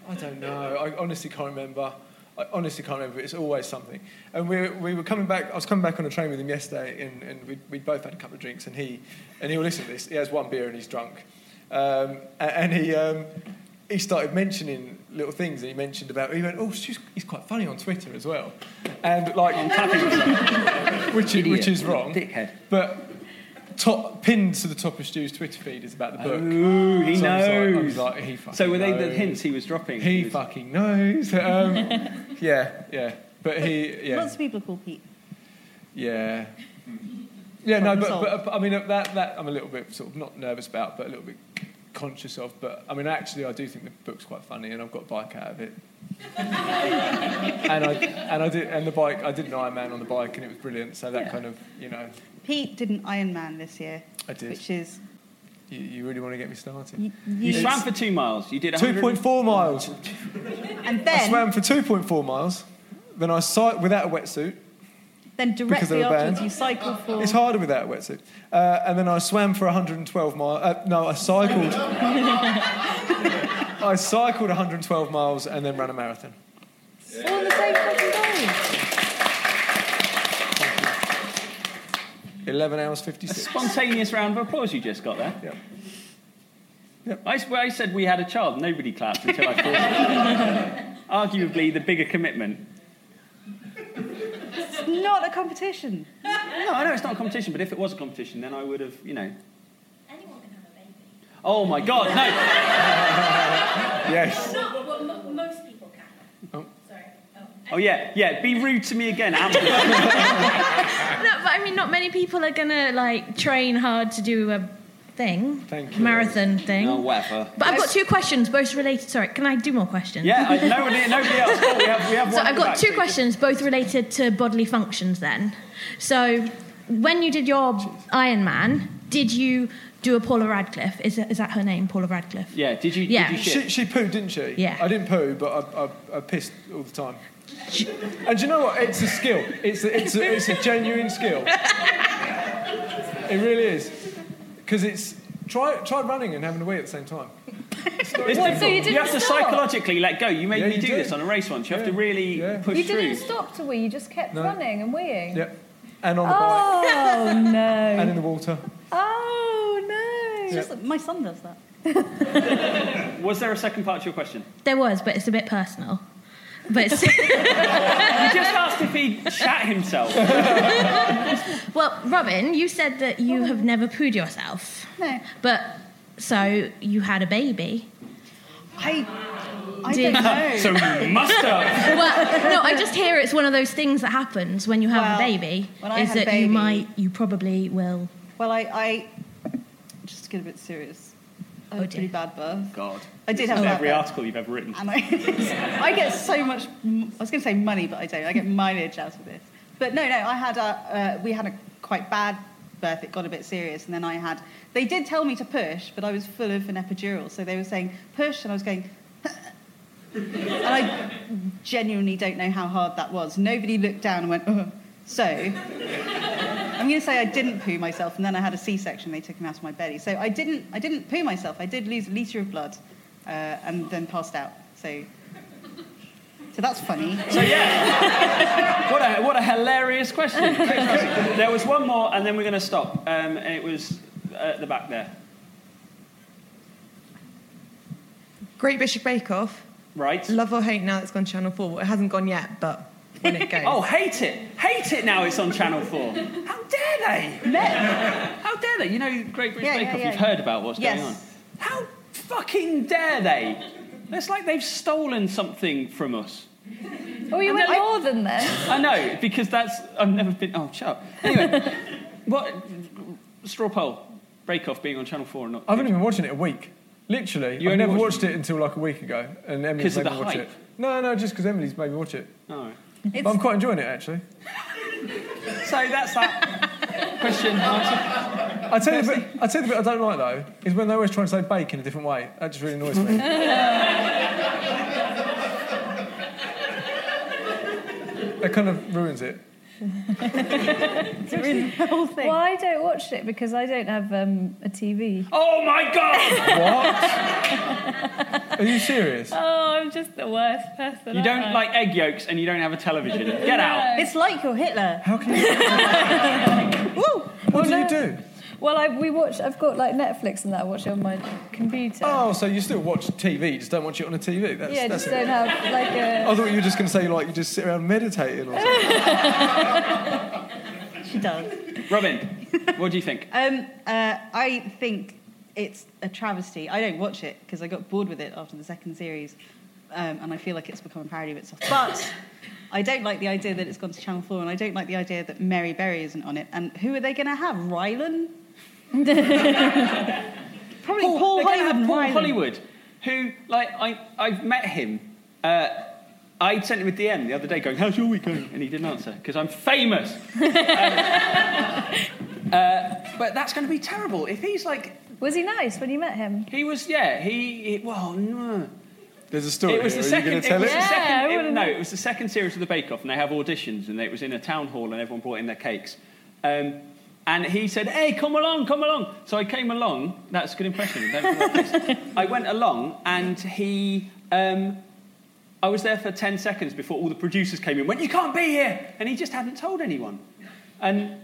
Speaker 4: I don't know. I honestly can't remember. I honestly can't remember. It's always something. And we, we were coming back. I was coming back on a train with him yesterday, and, and we we both had a couple of drinks. And he and he'll listen to this. He has one beer and he's drunk. Um, a- and he um, he started mentioning little things. And he mentioned about he went, oh, she's, he's quite funny on Twitter as well. And like, which is, which
Speaker 1: Idiot.
Speaker 4: is wrong.
Speaker 1: Dickhead.
Speaker 4: But top pinned to the top of Stu's Twitter feed is about the book.
Speaker 1: Ooh, he
Speaker 4: So I was like- I was
Speaker 1: knows.
Speaker 4: like, he fucking
Speaker 1: so were they the
Speaker 4: knows.
Speaker 1: hints he was dropping?
Speaker 4: He fucking knows. Um, yeah, yeah. But he, yeah,
Speaker 2: Lots of people are called Pete.
Speaker 4: yeah, yeah. No,
Speaker 2: Problem
Speaker 4: but,
Speaker 2: solved.
Speaker 4: but I mean that that I'm a little bit sort of not nervous about, but a little bit conscious of. But I mean, actually, I do think the book's quite funny, and I've got a bike out of it. and I and I did and the bike I did an Iron Man on the bike, and it was brilliant. So that
Speaker 2: Yeah.
Speaker 4: kind of you know
Speaker 2: Pete did an Iron Man this year,
Speaker 4: uh, I did.
Speaker 2: which is
Speaker 4: you, you really want to get me started.
Speaker 1: You swam for two miles. You did 100
Speaker 4: two point four miles.
Speaker 2: and
Speaker 4: I
Speaker 2: then
Speaker 4: swam for two point four miles. Then I cycled without a wetsuit.
Speaker 2: then
Speaker 4: because of
Speaker 2: directly
Speaker 4: the
Speaker 2: afterwards
Speaker 4: band.
Speaker 2: you cycle for.
Speaker 4: It's harder without a wetsuit. Uh, and then I swam for 112 miles. Uh, no, I cycled. I cycled 112 miles and then ran a marathon.
Speaker 2: All on the same fucking day.
Speaker 4: 11 hours
Speaker 1: A
Speaker 4: 56.
Speaker 1: spontaneous round of applause you just got there.
Speaker 4: Yeah.
Speaker 1: I, swear I said we had a child. Nobody clapped until I forced it. Arguably the bigger commitment.
Speaker 2: It's not a competition.
Speaker 1: No, I know it's not a competition, but if it was a competition, then I would have, you know. Anyone can have a baby. Oh my God, no!
Speaker 4: yes.
Speaker 9: Not what most people can.
Speaker 4: Oh.
Speaker 9: Sorry.
Speaker 1: Oh yeah, yeah. Be rude to me again, Amber.
Speaker 9: No, but I mean, not many people are gonna like train hard to do a thing,
Speaker 1: Thank
Speaker 4: you.
Speaker 9: marathon thing.
Speaker 1: No, whatever.
Speaker 9: But I've got two questions, both related. Sorry, can I do more questions?
Speaker 1: Yeah, I, nobody, nobody else. Oh, we have, we have
Speaker 9: so
Speaker 1: one
Speaker 9: I've got
Speaker 1: back.
Speaker 9: two questions, both related to bodily functions. Then, so when you did your Iron Man, did you do a Paula Radcliffe? Is that, is that her name, Paula Radcliffe?
Speaker 1: Yeah, did you?
Speaker 9: Yeah.
Speaker 1: Did you
Speaker 4: She,
Speaker 1: shit?
Speaker 4: she pooed, didn't she?
Speaker 9: Yeah.
Speaker 4: I didn't poo, but I, I, I pissed all the time. And do you know what? It's a skill. It's a, it's a, it's a genuine skill. It really is. Because it's. Try, try running and having a wee at the same time.
Speaker 1: It's
Speaker 4: What,
Speaker 1: difficult.
Speaker 4: so you
Speaker 1: you
Speaker 4: didn't
Speaker 1: have to
Speaker 4: stop?
Speaker 1: psychologically let go. You made
Speaker 4: Yeah,
Speaker 1: me
Speaker 4: you
Speaker 1: do
Speaker 4: do.
Speaker 1: this on a race once. You have to really push
Speaker 3: You
Speaker 1: through.
Speaker 3: didn't stop to wee, you just kept
Speaker 4: No.
Speaker 3: running and weeing.
Speaker 4: Yep. And on the bike.
Speaker 3: Oh no.
Speaker 4: And in the water.
Speaker 2: Oh no!
Speaker 4: Yeah.
Speaker 2: Just that my son does that.
Speaker 1: Was there a second part to your question?
Speaker 9: There was, but it's a bit personal. But it's,
Speaker 1: You just asked if he shat himself.
Speaker 9: well, Robin, you said that you have never pooed yourself.
Speaker 2: No.
Speaker 9: But so you had a baby.
Speaker 2: I
Speaker 9: I
Speaker 2: don't know.
Speaker 11: So you must have.
Speaker 9: well, no, I just hear it's one of those things that happens when you have a
Speaker 2: Well,
Speaker 9: baby.
Speaker 2: when I
Speaker 9: is
Speaker 2: had a
Speaker 9: that
Speaker 2: baby-
Speaker 9: you might, you probably will.
Speaker 2: Well, I, I just to get a bit serious. I
Speaker 9: Oh,
Speaker 2: had a pretty bad birth.
Speaker 1: God.
Speaker 2: I did
Speaker 1: This
Speaker 2: have
Speaker 1: is
Speaker 2: a bad
Speaker 1: every
Speaker 2: birth.
Speaker 1: article you've ever written.
Speaker 2: And I, I get so much. m- I was going to say money, but I don't. I get mileage out of this. But no, no. I had a. Uh, we had a quite bad birth. It got a bit serious, and then I had. They did tell me to push, but I was full of an epidural, so they were saying push, and I was going. and I genuinely don't know how hard that was. Nobody looked down and went. Ugh. So I'm going to say I didn't poo myself, and then I had a C-section. They took him out of my belly, so I didn't. I didn't poo myself. I did lose a liter of blood, uh, and then passed out. So, so that's funny.
Speaker 1: So yeah, what a what a hilarious question. Thanks, Russell. there was one more, and then we're going to stop. Um, and it was at the back there,
Speaker 10: Great British Bake Off.
Speaker 1: right?
Speaker 2: Mm.
Speaker 10: Love or hate now it's gone Channel 4. Well, it hasn't gone yet, but when it goes.
Speaker 1: Oh, hate it, hate it! Now it's on Channel Four. How dare they? How dare they? You know, Great British
Speaker 2: Yeah,
Speaker 1: Bake Off.
Speaker 2: yeah, yeah.
Speaker 1: You've heard about what's
Speaker 2: Yes.
Speaker 1: going on. How fucking dare they? It's like they've stolen something from us.
Speaker 3: Oh, you went more than this.
Speaker 1: I know because that's I've never been. Oh, shut up. Anyway, what straw poll? Break off being on Channel Four or not?
Speaker 4: I haven't even been watching it a week. Literally,
Speaker 1: You
Speaker 4: I
Speaker 1: only
Speaker 4: never
Speaker 1: watched-
Speaker 4: watched it until like a week ago, and Emily's
Speaker 1: 'Cause of
Speaker 4: made me
Speaker 1: the
Speaker 4: watch
Speaker 1: hype?
Speaker 4: it. No, no, just because Emily's made me watch it.
Speaker 1: No.
Speaker 4: But I'm quite enjoying it actually.
Speaker 1: So that's that question answered.
Speaker 4: I tell you, the bit, I tell you the bit I don't like though is when they always try and say bake in a different way. That just really annoys me. that kind of ruins it.
Speaker 3: the whole thing. Well, I don't watch it because I don't have um, a TV.
Speaker 1: Oh my god!
Speaker 4: what? Are you serious?
Speaker 3: Oh, I'm just the worst person.
Speaker 1: You
Speaker 3: aren't I?
Speaker 1: don't like egg yolks and you don't have a television. Get out.
Speaker 3: It's like you're Hitler.
Speaker 4: How can you?
Speaker 3: Woo!
Speaker 10: Oh,
Speaker 4: What do you do?
Speaker 3: Well, I, we watch. I've got like Netflix and that. I watch it on my computer.
Speaker 4: Oh, so you still watch TV, just don't watch it on a TV. That's,
Speaker 3: yeah,
Speaker 4: that's
Speaker 3: just
Speaker 4: it.
Speaker 3: don't have like a.
Speaker 4: I thought you were just going to say like you just sit around meditating or something.
Speaker 2: She does.
Speaker 1: Robin, what do you think?
Speaker 2: Um, uh, I think it's a travesty. I don't watch it because I got bored with it after the second series, um, and I feel like it's become a parody of itself. But I don't like the idea that it's gone to Channel Four, and I don't like the idea that Mary Berry isn't on it. And who are they going to have? Rylan? Probably Paul,
Speaker 1: They're gonna have
Speaker 2: Hollywood.
Speaker 1: Paul
Speaker 2: Rylan.
Speaker 1: Hollywood, who, like, I, I've met him. Uh, I sent him a DM the other day going, How's your week going? And he didn't answer because I'm famous. Um, uh, but that's going to be terrible. If he's like.
Speaker 3: Was he nice when you met him?
Speaker 1: He was, yeah, he. he well, no.
Speaker 4: There's a story.
Speaker 1: It was the
Speaker 4: here. Are You
Speaker 1: second.
Speaker 4: going
Speaker 1: It
Speaker 4: to tell
Speaker 1: was
Speaker 4: it?
Speaker 1: the second it- no, it was the second series of the Bake Off, and they have auditions, and it was in a town hall, and everyone brought in their cakes. Um, and he said, "Hey, come along, come along." So I came along. That's a good impression. don't do that, please. I went along, and he. Um, I was there for ten seconds before all the producers came in. and Went, "You can't be here," and he just hadn't told anyone. And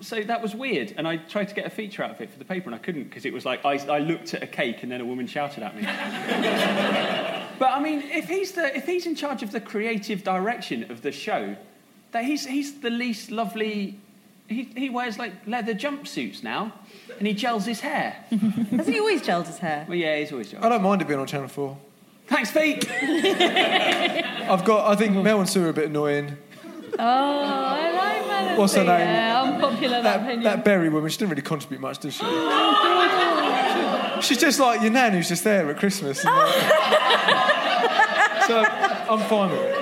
Speaker 1: so that was weird. And I tried to get a feature out of it for the paper, and I couldn't because it was like I, I looked at a cake, and then a woman shouted at me. But I mean, if he's the if he's in charge of the creative direction of the show, that he's he's the least lovely. He, he wears like leather jumpsuits now, and he gels his hair.
Speaker 2: Hasn't he always gelled his hair?
Speaker 1: Well, yeah, he's always gelled.
Speaker 4: I don't mind it being on Channel Four.
Speaker 1: Thanks, Pete.
Speaker 4: I've got. I think Mel and Sue are a bit annoying.
Speaker 3: Oh, I like Melody.
Speaker 4: What's her name?
Speaker 3: Yeah, unpopular that, opinion.
Speaker 4: That Berry woman, she didn't really contribute much, did she? She's just like your nan who's just there at Christmas. and, uh, so I'm fine with it.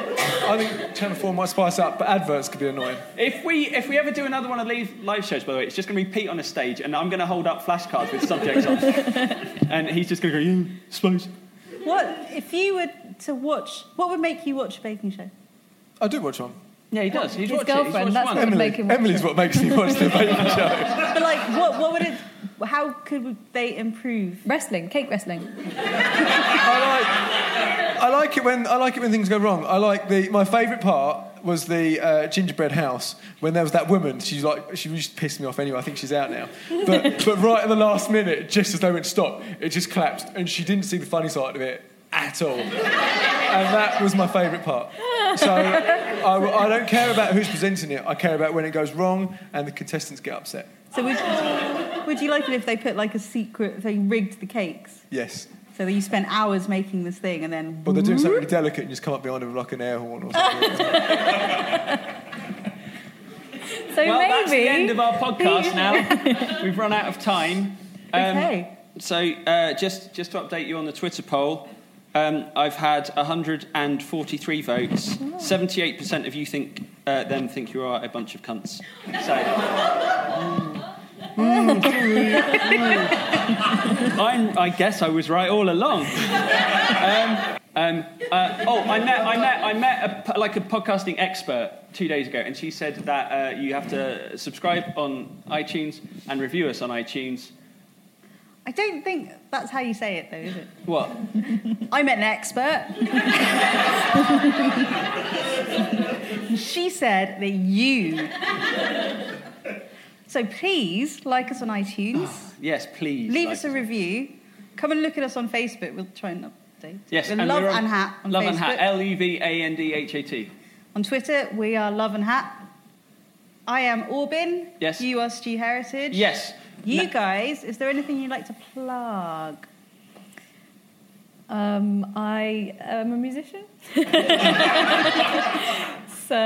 Speaker 4: I think Channel Four might spice up, but adverts could be annoying.
Speaker 1: If we if we ever do another one of these live shows, by the way, it's just going to be Pete on a stage, and I'm going to hold up flashcards with subjects on, and he's just going to go, "You suppose."
Speaker 2: What if you were to watch? What would make you watch a baking show?
Speaker 4: I do watch one.
Speaker 1: Yeah, he does. He's
Speaker 2: His
Speaker 1: watched it. He's
Speaker 2: girlfriend,
Speaker 1: watched
Speaker 2: that's
Speaker 1: one.
Speaker 2: what would make him watch
Speaker 4: Oh, Emily's
Speaker 2: it.
Speaker 4: what makes me watch the baby show.
Speaker 2: but like, what, what would it? How could they improve
Speaker 3: wrestling? Cake wrestling.
Speaker 4: I like it when I like it when things go wrong. I like the my favourite part was the uh, gingerbread house when there was that woman. She's like she just pissed me off anyway. I think she's out now. But but right at the last minute, just as they went stop, it just collapsed, and she didn't see the funny side of it at all. and that was my favourite part. So I, I don't care about who's presenting it. I care about when it goes wrong and the contestants get upset.
Speaker 2: So would, would you like it if they put like a secret? If they rigged the cakes.
Speaker 4: Yes.
Speaker 2: So you spent hours making this thing and then.
Speaker 4: But they're doing something really delicate and you just come up behind them with like an air horn or something.
Speaker 12: So
Speaker 1: well,
Speaker 12: maybe.
Speaker 1: that's the end of our podcast now. We've run out of time. um,
Speaker 12: Okay.
Speaker 1: So uh, just just to update you on the Twitter poll, um, I've had 143 votes. 78% of you think uh, them think you are a bunch of cunts. I'm, I guess I was right all along. Um, um, uh, oh, I met, I met, I met a, like a podcasting expert two days ago, and she said that uh, you have to subscribe on iTunes and review us on iTunes.
Speaker 2: I don't think that's how you say it, though, is it?
Speaker 1: What?
Speaker 2: I'm an expert. she said that you. So please like us on iTunes,
Speaker 1: Yes, please.
Speaker 2: leave
Speaker 1: Ah, like-
Speaker 2: us a review, come and look at us on Facebook. We'll try and update.
Speaker 1: Yes,
Speaker 2: We're
Speaker 1: and
Speaker 2: Love
Speaker 1: we're on-
Speaker 2: and Hat on
Speaker 1: Love
Speaker 2: Facebook.
Speaker 1: and Hat. L U V A N D H A T.
Speaker 2: On Twitter, we are Love and Hat. I am Orbin.
Speaker 1: Yes.
Speaker 2: You are Stu Heritage.
Speaker 1: Yes.
Speaker 2: You guys, is there anything you'd like to plug?
Speaker 12: Um, I am a musician. so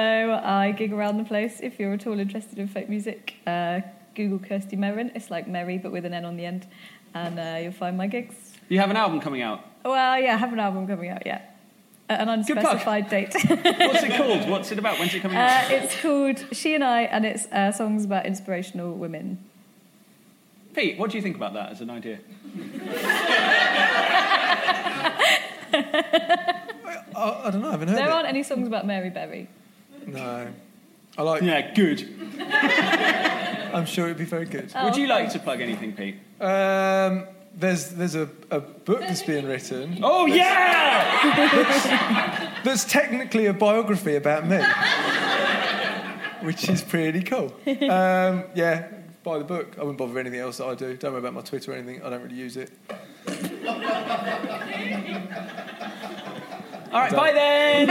Speaker 12: I gig around the place. If you're at all interested in folk music, uh, Google Kirsty Merrin. It's like Merry, but with an N on the end. And uh, you'll find my gigs.
Speaker 1: You have an album coming out.
Speaker 12: Well, yeah, I have an album coming out, yeah. At an
Speaker 1: plug.
Speaker 12: unspecified date.
Speaker 1: What's it called? What's it about? When's it coming
Speaker 12: Uh,
Speaker 1: out?
Speaker 12: it's called She and I, and it's uh, songs about inspirational women.
Speaker 1: Pete, what do you think about that as an idea?
Speaker 4: I, I don't know, I haven't heard
Speaker 12: There
Speaker 4: it.
Speaker 12: aren't any songs about Mary Berry.
Speaker 4: No. I like.
Speaker 1: Yeah, good.
Speaker 4: I'm sure it'd be very good.
Speaker 1: Would
Speaker 2: Oh.
Speaker 1: you like to plug anything, Pete?
Speaker 4: Um, there's there's a, a book that's being written.
Speaker 1: Oh,
Speaker 4: yeah! that's, that's technically a biography about me, which is pretty cool. Um, yeah, buy the book. I wouldn't bother with anything else that I do. Don't worry about my Twitter or anything. I don't really use it.
Speaker 1: All right, bye then.